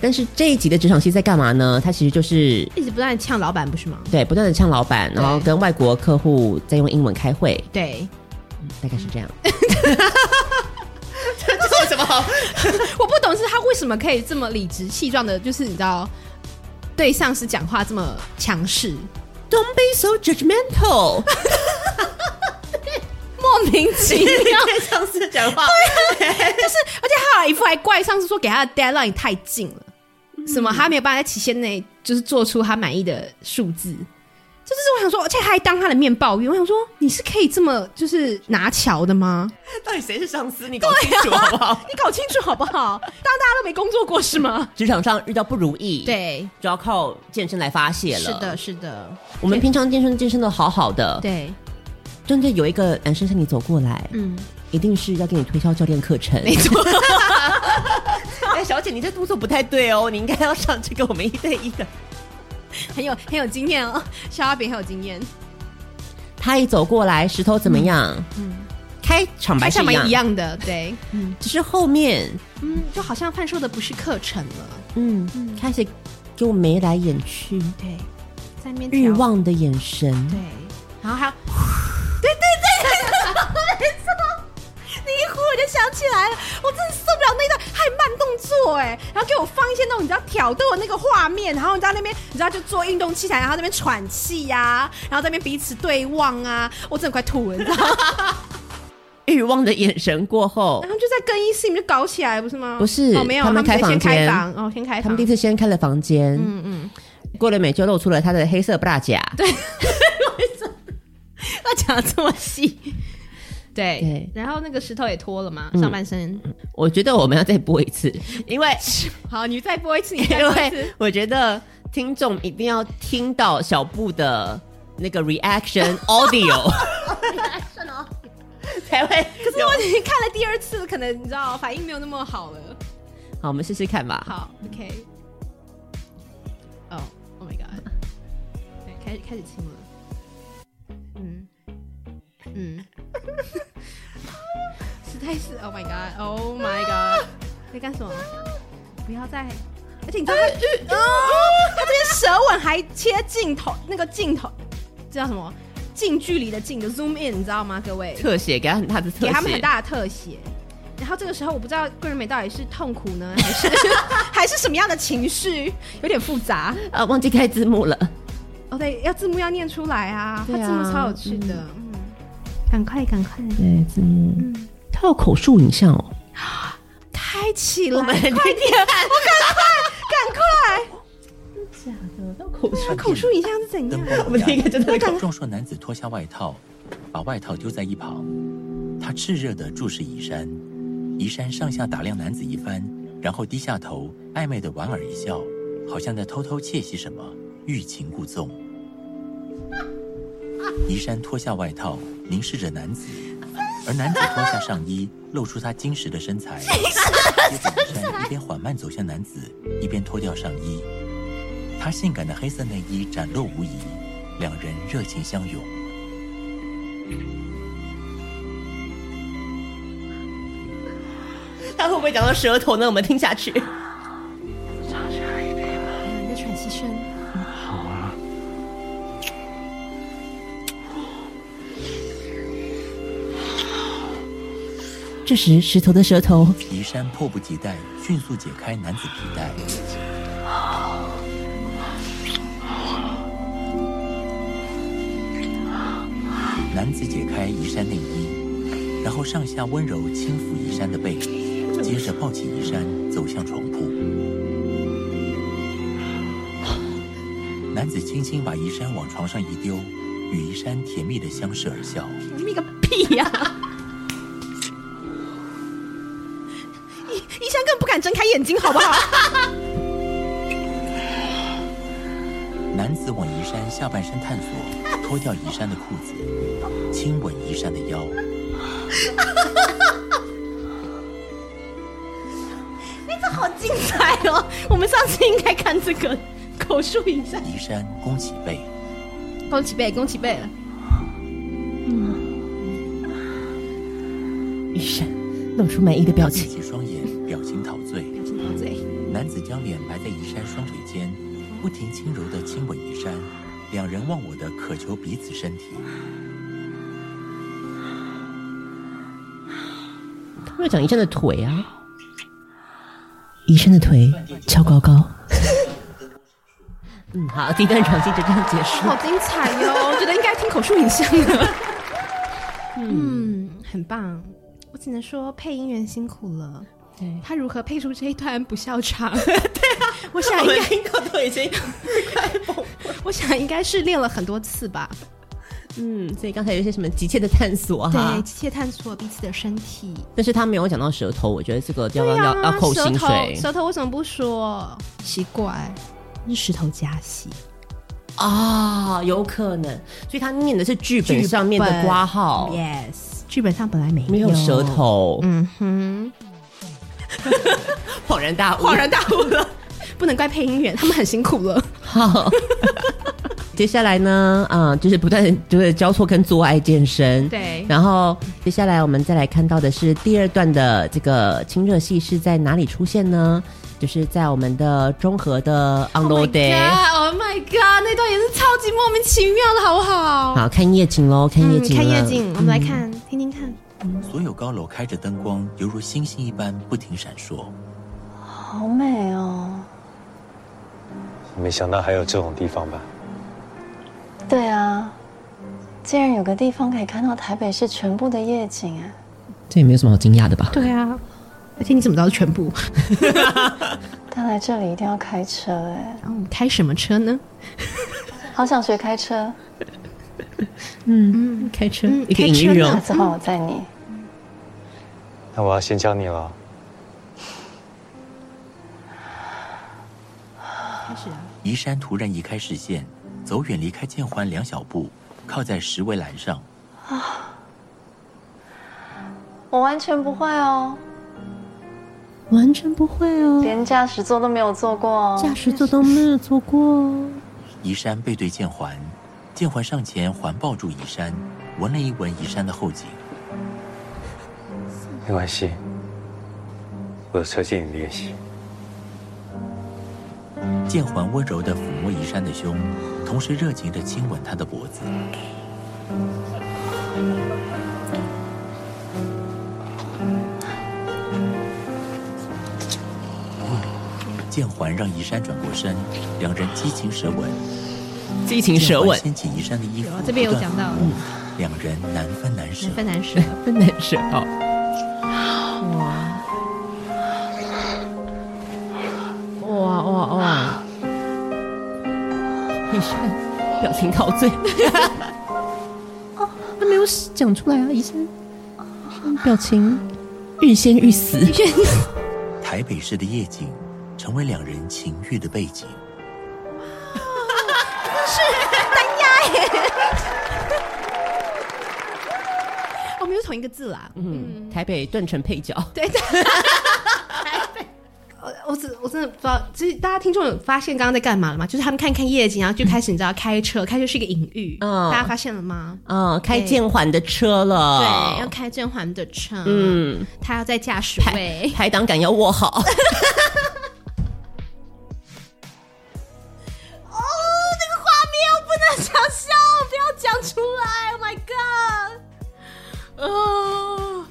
但是这一集的职场戏在干嘛呢？他其实就是
一直不断的呛老板，不是吗？
对不断的呛老板，然后跟外国客户在用英文开会，
对，
大概是这样。
我不懂是他为什么可以这么理直气壮的，就是你知道对上司讲话这么强势，
Don't be so judgmental，
莫名其妙。
对上司讲话，
就是， 而且他有一副还怪上司说给他的 deadline 太近了，什么他没有办法在期限内就是做出他满意的数字，就是我想说，而且他还当他的面抱怨，我想说你是可以这么就是拿桥的吗？
到底谁是上司？你搞清楚好不好？
你搞清楚好不好？当大家都没工作过是吗？
职场上遇到不如意，，
对，
就要靠健身来发泄了。
是的，，是的，
我们平常健身健身的好好的，，
对，
真的有一个男生向你走过来，嗯，一定是要给你推销教练课程，没错。 哎，小姐，你这动作不太对哦，你应该要上这个我们一对一的。
很有很有经验哦， 肖阿炳很有经验，
他一走过来，石头怎么样？嗯，开场白
还
是
像蛮
一
一
样，
样的， 对，
只是后面，
嗯，就好像贩售的不是课程了，
嗯，开始给我眉来眼去，
对，在面
欲，望的眼神，
对，然后还有
想起来了，我真的受不了那一段，还慢动作哎、然后给我放一些那种你知道挑逗的那个画面，然后你知道那边你知道就做运动器材，然后那边喘气呀、然后在那边彼此对望啊，我真的快吐了，你知道吗？
欲望的眼神过 后
然，后就在更衣室里面就搞起来，不是吗？
不是
哦，没有，
他
他
们开
就先
房
开
间
房，哦，先开
他
房
们 第一。次先开了房间，
嗯嗯，
过了美就露出了她的黑色布拉夹。对，
要讲得这么 细。对，
对
然后那个石头也脱了嘛，
嗯
上半身。
我觉得我们要再播一 次，因为
好，你再播一次，你
因
再 播一
为
次。
我觉得听众一定要听到小布的那个 reaction audio，才会。
可是问题看了第二次，可能你知道反应没有那么好了。
好，我们试试看吧。
好，OK。哦，Oh my god！对，开始开始亲了。嗯嗯， 实在是 Oh my god！Oh my god！在干什么？不要再！而且你知道他，哦他这边舌吻还切镜头，那个镜头这叫什么？近距离的近的 zoom in，你知道吗？各位，
特写给他很大的特写，
给他们很大的特写。然后这个时候，我不知道桂纶镁到底是痛苦呢，还是还是什么样的情绪，有点复杂。
啊，忘记开字幕了。
哦，对，要字幕要念出来啊，它
对啊
字幕超有趣的。嗯，赶快赶快
对，字幕，
嗯
他有口述影像哦。
开起来，
我们
快点，我赶快赶快。真的假的？口述影像是怎样？
我们听一个真的口
壮硕男子脱下外套，把外套丢在一旁。他炽热地注视宜山，宜山上下打量男子一番，然后低下头，暧昧地莞尔一笑，好像在偷偷窃喜什么，欲擒故纵。宜山脱下外套，凝视着男子，而男子脱下上衣，露出他精实的身材。接着宜山一边缓慢走向男子，一边脱掉上衣。她性感的黑色内衣展露无遗，两人热情相拥。
他会不会讲到舌头呢？我们听下去。
你的喘息声。
这时，石头的舌头
宜山迫不及待，迅速解开男子皮带，男子解开宜山内衣，然后上下温柔轻抚宜山的背，接着抱起宜山走向床铺。男子轻轻把宜山往床上一丢，与宜山甜蜜的相视而笑。
密个屁呀、医 医生更不敢睁开眼睛，好不 好？
男子往宜山下半身探索，脱掉宜山的裤子，亲吻宜山的腰。
好精彩哦！我们上次应该看这个口述影像。
宜山弓起背，
恭喜贝，恭喜贝了！
雨山露出满意的表
闭
情。
起双眼，表情陶醉。男子将脸埋在宜山双腿间，不停轻柔地亲吻宜山，两人忘我的渴求彼此身体。
他们有讲医生的腿啊，医生的腿超高高。 嗯，好，第一段床戏就这样结束
好。精彩哟、我觉得应该听口述影像的。 嗯，很棒。
我只能说配音员辛苦了，
对，
他如何配出这一段不笑 场？啊
我想应该，
听到都已经，
我想应该是练了很多次吧。
嗯，所以刚才有一些什么急切的探索哈
啊
对，，切探索彼此的身体。
但是他没有讲到舌头，我觉得这个要
对
要要
啊，
扣
舌
薪
头，
水
舌头为什么不说？奇怪，是石头加戏。
啊，有可能，所以他念的是剧本上面
剧
的
本
挂号，
Yes，剧本上本来没
没有舌。头，
嗯哼，
恍然大悟，
恍然大悟 了。不能怪配音员，他们很辛苦了。
好。 接下来呢，啊、就是不断的就是交错跟做爱健身，
对
然后接下来我们再来看到的是第二段的这个亲热戏是在哪里出现呢？就是在我们的中和的 on low day，、
Oh my god！那段也是超级莫名其妙的，好不好？
嗯啊
嗯
好看夜景喽，看夜景、
看夜景，我们来看，听听看。
所有高楼开着灯光，犹如星星一般不停闪烁。
好美哦！
没想到还有这种地方吧？
对啊，竟然有个地方可以看到台北市全部的夜景哎！
这也没有什么好惊讶的吧？
对啊，而且你怎么知道是全部？
但来这里一定要开车哎，
然后你开什么车呢？
好想学开车。
嗯，开车
嗯
一个
开
隐
车
喻
下
哦，
次换我载你。
那我要先教你了。
移山突然移开视线，走远离开建环两小步，靠在石围栏上。
我完全不会哦，
完全不会哦，
连驾驶座都没有坐过哦。
驾驶座都没有坐过哦。
移山背对建环，建环上前环抱住移山，闻了一闻移山的后颈。
没关系，我的车借你练习。
建环温柔地抚摸移山的胸，同时热情地亲吻她的脖子。建环让移山转过身，两人激情舌吻。
激情舌
建
吻
环，掀起移山的衣服，
哦这边有
不断
讲到
抚摸，两人难分难舍。
分男生，
真难舌哦。哇哇哇哇！ 你看，表情陶醉。他没有讲出来啊，医生，表情欲仙欲死。
台北市的夜景，成为两人情欲的背景。
哦
我们又同一个字
啊
啦。
嗯，台北断成配角，
我我只我真的不知道，就是大家听众有发现刚刚在干嘛了吗？就是他们看一看夜景，然后就开始你知道开车，开车是一个隐喻，
嗯
大家发现了吗？
嗯，开建环的车了，
对，要开甄嬛的车，
嗯，
他要在驾驶位，
排挡杆要握好。
哦想笑，不要讲出来！Oh my god！哦，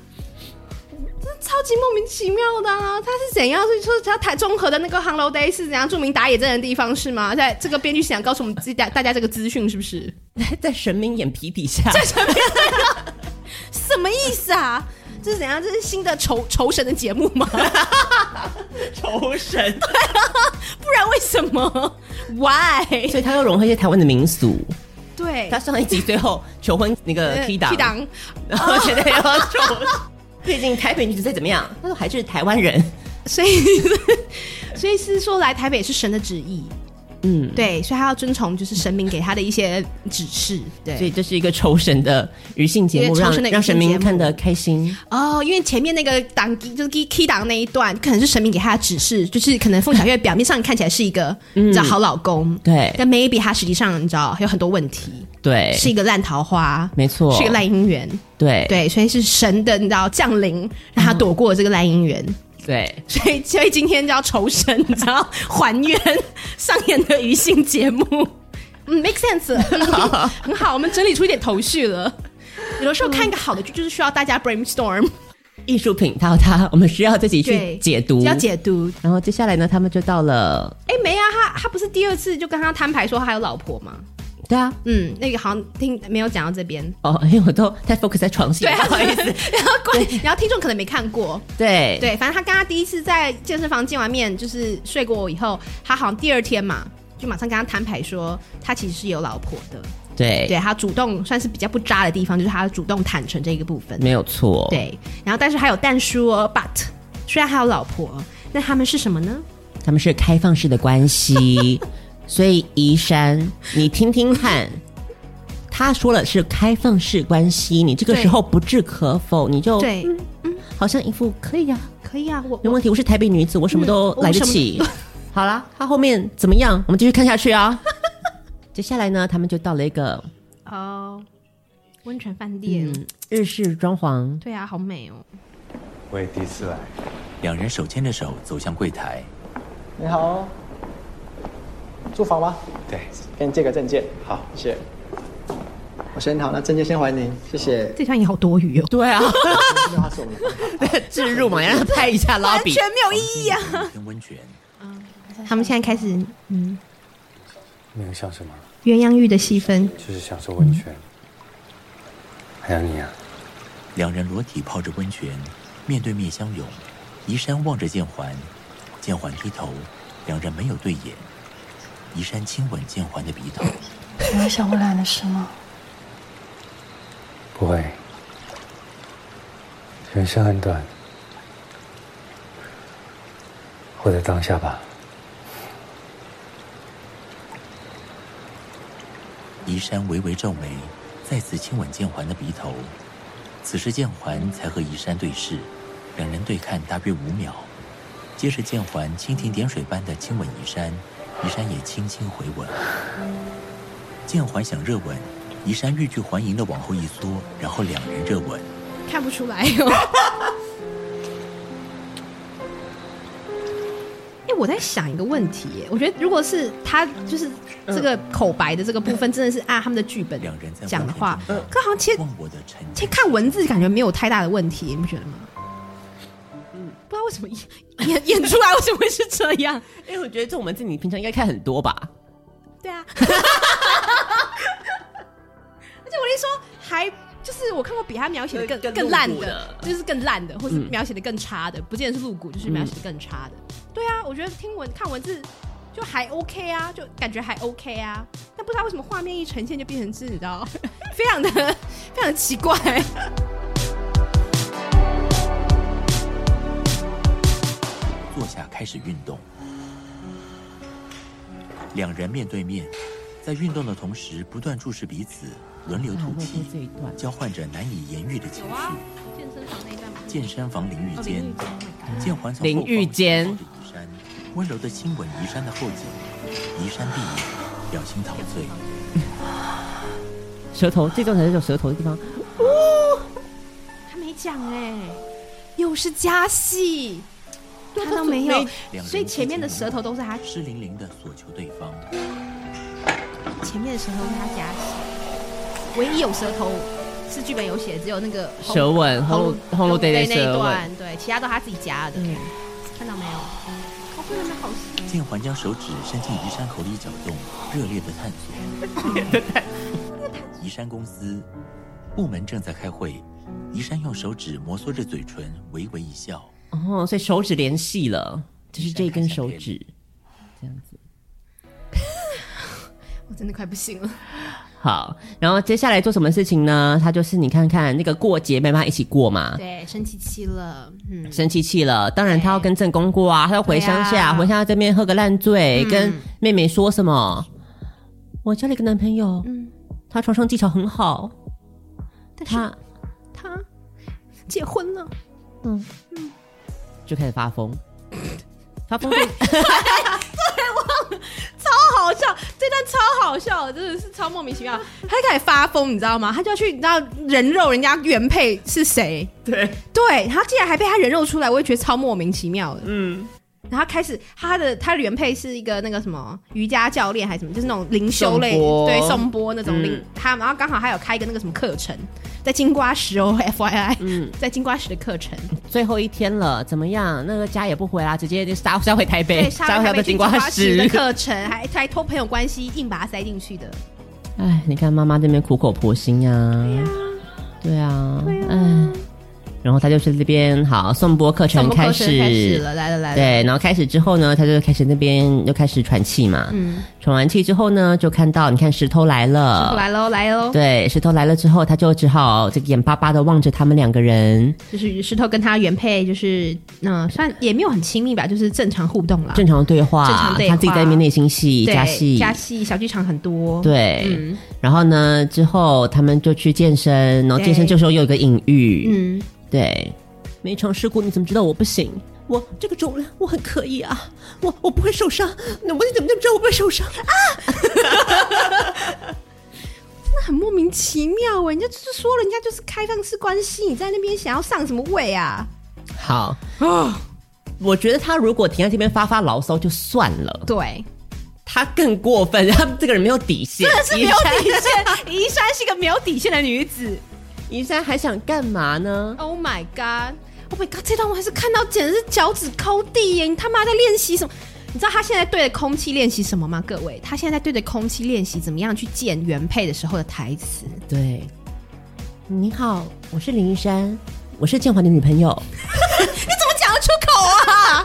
这超级莫名其妙的啊！他是怎样？所以说他台综合的那个 Hello Day 是怎样著名打野战的地方是吗？在这个编剧想告诉我们自己大大家这个资讯是不是？
在神明眼皮底下，
什么意思啊？这是怎样？这是新的仇仇神的节目吗？
仇神，
不然为什么？Why？
所以他要融合一些台湾的民俗。
对呃
他，上一集最后求婚那个呃 T 档，
档，
然后现在要求婚。 毕竟哦台北女子再怎么样，她都还是台湾人。
所以 所以是说来台北是神的旨意。
嗯，
对，所以他要遵从就是神明给他的一些指示。
所
对，
以这是一个酬神的女性节
一
目，
个酬
让
神的
让
女性
神
节
明
目
看得开心。
哦，因为前面那个档就是 key key 档那一段，可能是神明给他的指示，就是可能凤小岳表面上看起来是一个你知道好老公，
嗯对
但 maybe 他实际上你知道有很多问题，
对，
是一个烂桃花，
没错，
是一个烂姻缘。
对嗯
对，所以是神的你知道降临，让他躲过了这个烂姻缘。
对，
所以，所以今天就要酬神，你知道，还原上演的余兴节目。嗯，make sense，嗯 很好，我们整理出一点头绪了。有的时候看一个好的剧，就是需要大家 brainstorm，
艺术品它有它，我们需要自己去
对
解读。
要解读。
然后接下来呢，他们就到了，
哎，没啊，他他不是第二次就跟他摊牌说他有老婆吗？
对啊，
嗯，那个好像听没有讲到这边。
哦，因为我都太 focus 在床戏，
对，
不好 意思，。
然后关，然后听众可能没看过，
对
对，反正他跟他第一次在健身房见完面，就是睡过我以后，他好像第二天嘛，就马上跟他摊牌说他其实是有老婆的。
对
对他主动算是比较不渣的地方，就是他主动坦诚这个部分。
没有错，
对，然后但是还有但书哦，but 虽然还有老婆，那他们是什么呢？
他们是开放式的关系， 所以宜山，你听听看，他说了是开放式关系，你这个
对
时候不置可否，你就
对，
好像一副可以啊，
可以啊，我
没问题，我是台北女子，我什么都来得 起。好啦，他后面怎么样？我们继续看下去啊。接下来呢，他们就到了一个
哦，温泉饭店，
嗯日式装潢，
对啊，好美哦。
我也第一次来，
两人手牵着手走向柜台，
你好，住房吗？
对，
给你借个证件。
好
谢谢。
我先好，那证件先还您，谢谢。
这段也好多余 哦。
对啊，
电话是我 们的。
置入嘛，让他拍一下拉
完
比。
全没有意义啊！
跟温泉，
啊
他们现在开始，嗯，
没有想什么，
鸳鸯浴的戏份，
就是享受温泉。还有你啊，
两人裸体泡着温泉，面对面相拥，宜山望着建环，建环低头，两人没有对眼，宜山亲吻建环的鼻头，
你会想我懒的事吗？
不会，人生很短，活在当下吧。
宜山微微皱眉，再次亲吻建环的鼻头。此时建环才和宜山对视，两人对看大约五秒，接着建环蜻蜓点水般的亲吻宜山，宜山也轻轻回吻。建环想热吻，宜山欲拒还迎的往后一缩，然后两人热吻。
看不出来 哦。
哎、我在想一个问题耶，我觉得如果是他就是这个口白的这个部分，真的是啊按他们的剧本
两人在
讲的话，
温泉中
可好像切
忘我的沉浸
切看文字感觉没有太大的问题，你不觉得吗？
嗯
不知道为什么 演演演出来为什么会是这样？
因为我觉得这种文字你平常应该看很多吧？
对啊， 而且我一说还就是我看过比他描写的更
更
更烂
露骨
的
的，
就是更烂的，或是描写的更差的，不见得是露骨，就是描写的更差的。对啊，我觉得听文看文字就还 OK 啊，就感觉还 OK 啊，但不知道为什么画面一呈现就变成知道， 非常的非常的奇怪。
坐下开始运动。两人面对面，在运动的同时不断注视彼此，轮流
啊
吐气，
这一段
交换着难以言喻的情绪。
啊健身房那一段吗？
健身房淋浴间，建环从
淋浴间
后方抱着宜山，温柔的亲吻宜山的后颈，宜山闭眼，表情陶醉。
舌头，这段才是有舌头的地方。
他没讲哎、
又是加戏，
看到没有？
两人
所以前面的舌头都是他，
湿淋淋的索求对方，
前面的舌头是他加戏，唯一有舌头是剧本有写，只有那个喉
舌吻
喉
，Holo Holo Day 的
那一
舌
段
吻，，
对，嗯其他都他自己加的，看到没有？我哦真的好细，
建环将手指伸进宜山口里搅动，热烈的探索。宜山公司部门正在开会，宜山用手指摩挲着嘴唇，微微一笑。
哦，所以手指联系了，就是这根手指，这样子。
我真的快不行了。
好，然后接下来做什么事情呢？他就是你看看那个过节没办法一起过嘛，
对，生气气了，嗯，
生气气了，当然他要跟正宫过啊，他要回乡
对
下，
啊
回乡下这边喝个烂醉，
嗯
跟妹妹说什么？我交了一个男朋友，
嗯
他床上技巧很好，
但是
他
他结婚了，
就开始发 疯，发疯就
超好笑，这段超好笑，真的是超莫名其妙。他就开始发疯，你知道吗？他就要去，你知道人肉人家原配是谁？
对
对，他竟然还被他人肉出来，我也觉得超莫名其妙的。嗯，然后开始他的他的原配是一个那个什么瑜伽教练还是什么，就是那种灵修类，
颂钵
对，颂钵那种灵、
嗯
他，然后刚好他有开一个那个什么课程，在金瓜石哦，FYI，、在
嗯
金瓜石的课 程，
最后一天了，怎么样？那个家也不回啦，直接就杀杀回台北，杀
沙
回
还
到
没
金
金
瓜
石的
石。
课程，还还托朋友关系硬把他塞进去的，
哎，你看妈妈这边苦口婆心呀，对啊，哎，然后他就是这边好颂钵课程
颂钵
开
课程
始，
开始了，来了来了，
对，然后开始之后呢，他就开始那边又开始喘气嘛，
嗯，
喘完气之后呢，就看到你看石头来了，
来喽来喽，
对，石头来了之后，他就只好这个眼巴巴的望着他们两个人，
就是石头跟他原配就是嗯、算也没有很亲密吧，就是正常互动啦，
正常对话，
正常对话
他自己在那边内心戏
对
加戏
加戏小剧场很多，
对，
嗯
然后呢，之后他们就去健身，然后健身
对
这时候又有一个隐喻，
嗯，
对，没尝试过你怎么知道我不行？我这个重量我很可以啊，我我不会受伤，我你怎么就知道我不会受伤？
很莫名其妙哎、人家就是说人家就是开放式关系，你在那边想要上什么位啊？
好啊，我觉得他如果停在这边发发牢骚就算了，
对，
他更过分，他这个人没有底线，
真的是没有底
宜
线。宜山是一个没有底线的女子。
山。宜山还想干嘛呢？
Oh my god！Oh my god！这段我还是看到，简直是脚趾抠地耶！你他妈在练习什么？你知道他现在对着空气练习什么吗？各位，他现在在对着空气练习怎么样去见原配的时候的台词。
对，你好，我是林依山，我是建华的女朋友。
你怎么讲得出口啊？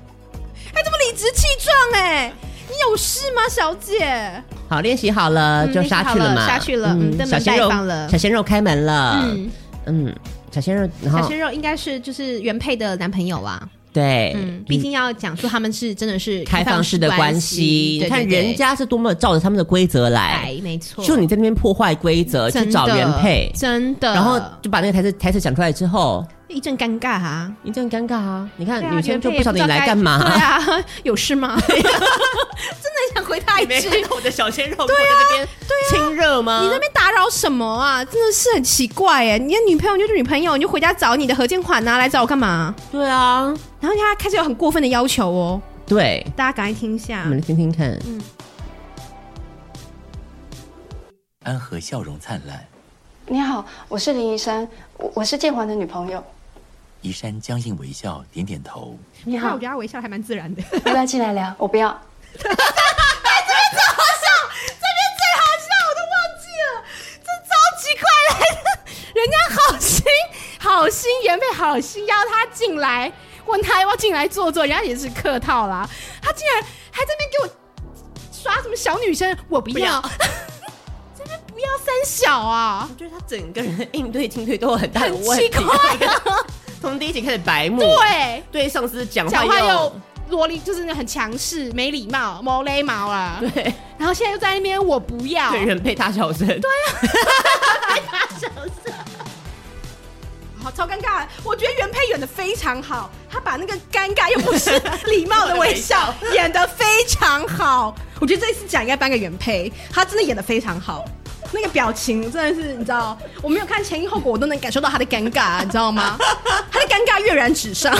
还这么理直气壮哎、你有事吗，小姐？
好，练习好了
嗯
就杀去了嘛，
练习好了杀去了嗯登门
小鲜肉
拜访了
小鲜肉开门了，嗯
嗯
小鲜肉，然
小
后
鲜肉应该是就是原配的男朋友啦。
对，
嗯，毕竟要讲述他们是真的是
开放式的关
关
系，你看人家是多么照着他们的规则来
哎，，没错，
就你在那边破坏规则去
真的
找原配，
真的，
然后就把那个台词台词讲出来之后，
一阵尴尬啊。
一阵尴尬啊！你
对
看
啊
女生就
原配也
不晓得你
知道
来
该
干嘛，
对啊，有事吗？真 的想回他一句，
我的小鲜肉对啊，这边亲热吗？
你那边打扰什么啊？真的是很奇怪哎！你的女朋友就是女朋友，你就回家找你的合建款啊，来找我干嘛？
对啊，
然后他开始有很过分的要求哦，
对，
大家赶快听一下
我。们来听听看，
安和笑容灿烂，
你好，我是林依山，我我是建华的女朋友。
宜山僵硬微笑，点点头。
你好
我觉得他微笑还蛮自 然的。
要不要进来聊？我不要。
最好笑，这边最好笑，我都忘记了，这超奇怪来的， 人家好心好心原配好心邀他进来，问他要不要进来坐坐，人家也是客套啦，他竟然还在那边给我耍什么小女生，我不要， 这边不要三小啊，
就是他整个人应对进退都有很大的
很
问
奇
题，
怪啊，
从第一集开始白目，
对，
对上司讲
讲
话
话又。萝莉就是很强势，没礼貌，毛勒毛啊！
对，
然后现在又在那边，我不要，
对人配大小声，对
好，超尴尬！我觉得原配演的非常好，他把那个尴尬又不失礼貌的微笑演的非常好。我觉得这一次奖应该颁给原配，他真的演的非常好。那个表情真的是，你知道，我没有看前因后果，我都能感受到他的尴尬，你知道吗？他的尴尬跃然纸上。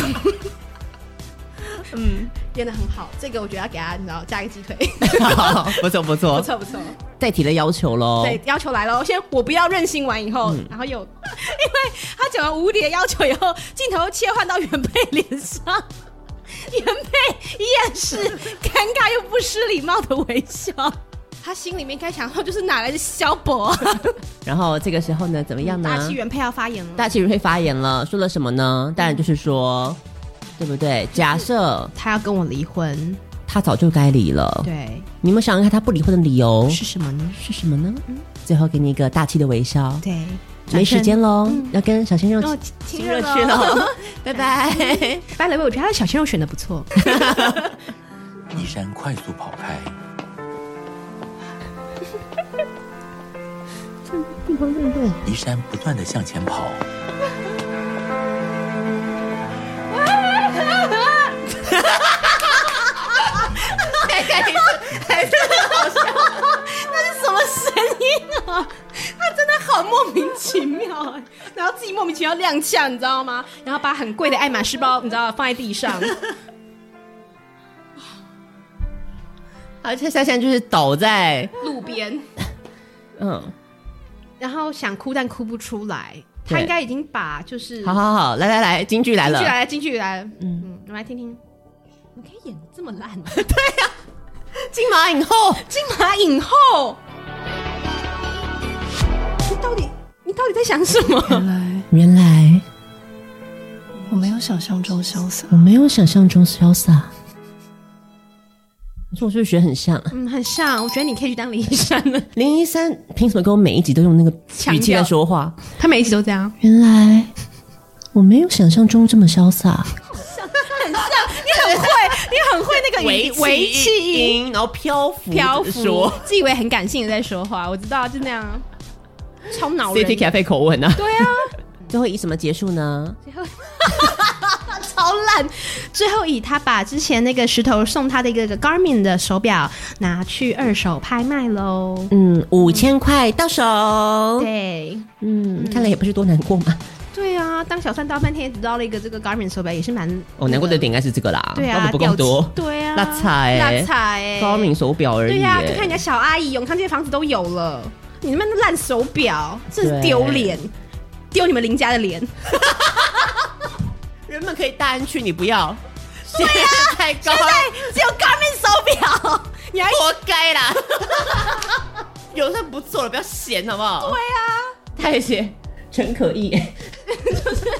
嗯， 演的很好，这个我觉得要给他，你知道，加一个鸡腿，
好，不错啊不错
不，错不错。
再提了要求喽。
对，要求来了，先我不要任性完以后，然后又 因为他讲完无理的要求以后，镜头又切换到原配脸上， 原配依然是尴尬又不失礼貌的微笑。他心里面该想说，就是哪来的萧伯、啊？
然后这个时候呢，怎么样呢？
嗯大气原配要发言了，
大气人会发言了，说了什么呢？当然就是说，对不对？假设
他要跟我离婚，
他早就该离了，
对，
你们想想看，他不离婚的理由
是什么呢？
是什么呢？最后给你一个大气的微笑，
对，
没时间喽，要跟小鲜肉
哦，亲热嗯
去
了。
了，拜拜。
拜了，我觉得他的小鲜肉选的不错。
宜山快速跑开，宜山不断的向前跑。
那是什么声音啊？他真的好莫名其妙、哎，然后自己莫名其妙踉跄，你知道吗？然后把很贵的爱马仕包，你知道放在地上，
而且珊珊就是倒在，
路边，
嗯，
然后想哭但哭不出来。
对
他应该已经把就是
好好好，来来来，京剧来
进
了
嗯去，来了，进去来了，嗯嗯，我们来听听。你可以演得这么烂、啊，
金马影后，
金马影后，你到底你到底在想什么？
原来
原来
我没有想象中潇洒。
我没有想象中潇洒。你说我是不是学得很像？
嗯，很像，我觉得你可以去当林医生了。
林一山凭什么跟我每一集都用那个
强
语气
调
在说话？
他每一集都这样，
原来我没有想象中这么潇洒，
很会，你很会那个语围气哎音。
音，然后漂浮
漂浮，
说
自以为很感性的在说话，我知道就那样，超恼
City
人。
Cafe 口吻啊。
对啊，
最后以什么结束呢？
超烂。最后以他把之前那个石头送他的一个个 Garmin 的手表拿去二手拍卖喽。
嗯，五千块到手。
对，
嗯，看来也不是多难过嘛。
对啊，当小三大半天也只到了一个这个 Garmin 手表，也是蛮
哦我难过的点应该是这个啦，
对
帮
啊
的，不够
掉漆
多。欸
对啊，欸啊，
那彩
那彩，
高明手表而已。
对呀、啊看看人家小阿姨，永康街房子都有了，你们那烂手表，真是丢脸，丢你们林家的脸。
人们可以大安去，你不要。对
呀、
太
现
高，
在只有 Garmin 手表，你还
活该啦！ 有的不做了，不要闲好不好？
对呀、
太闲，陈可意，就是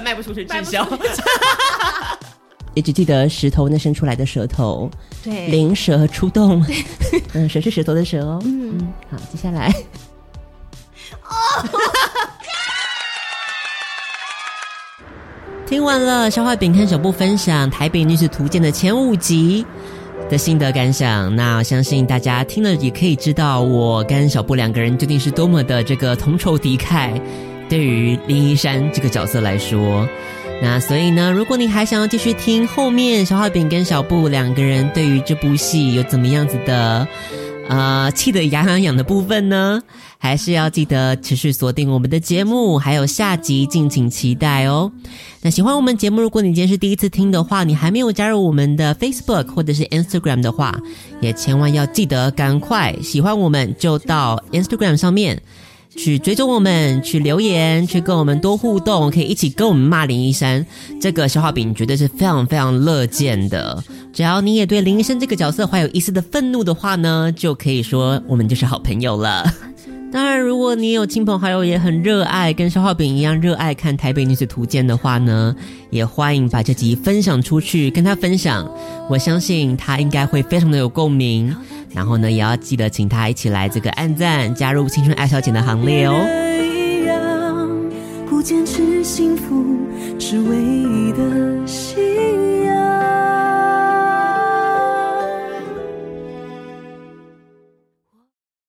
卖不出去，滞销。 也只记得石头那伸出来的舌头，
对
灵蛇出动， 嗯，蛇是石头的蛇哦。嗯，哦好，接下 来， 听完了消化饼看小布分享《台北女子图鉴》的前五集的心得感想，那相信大家听了也可以知道，我跟小布两个人究竟是多么的这个同仇敌忾。对于林一山这个角色来说，那所以呢，如果你还想要继续听后面小画饼跟小布两个人对于这部戏有怎么样子的，呃，气得牙痒痒的部分呢，还是要记得持续锁定我们的节目，还有下集敬请期待哦。那喜欢我们节目，如果你今天是第一次听的话，你还没有加入我们的 Facebook 或者是 Instagram 的话，也千万要记得赶快喜欢我们就到 Instagram 上面。去追踪我们，去留言，去跟我们多互动，可以一起跟我们骂林医生。这个消化饼绝对是非常非常乐见的。只要你也对林医生这个角色怀有一丝的愤怒的话呢，就可以说我们就是好朋友了。当然，如果你有亲朋好友也很热爱，跟消化饼一样热爱看《台北女子图鉴》的话呢，也欢迎把这集分享出去，跟他分享。我相信他应该会非常的有共鸣。然后呢，也要记得请他一起来这个按赞，加入青春爱消遣的行列哦。
一样，不坚持幸福，只为的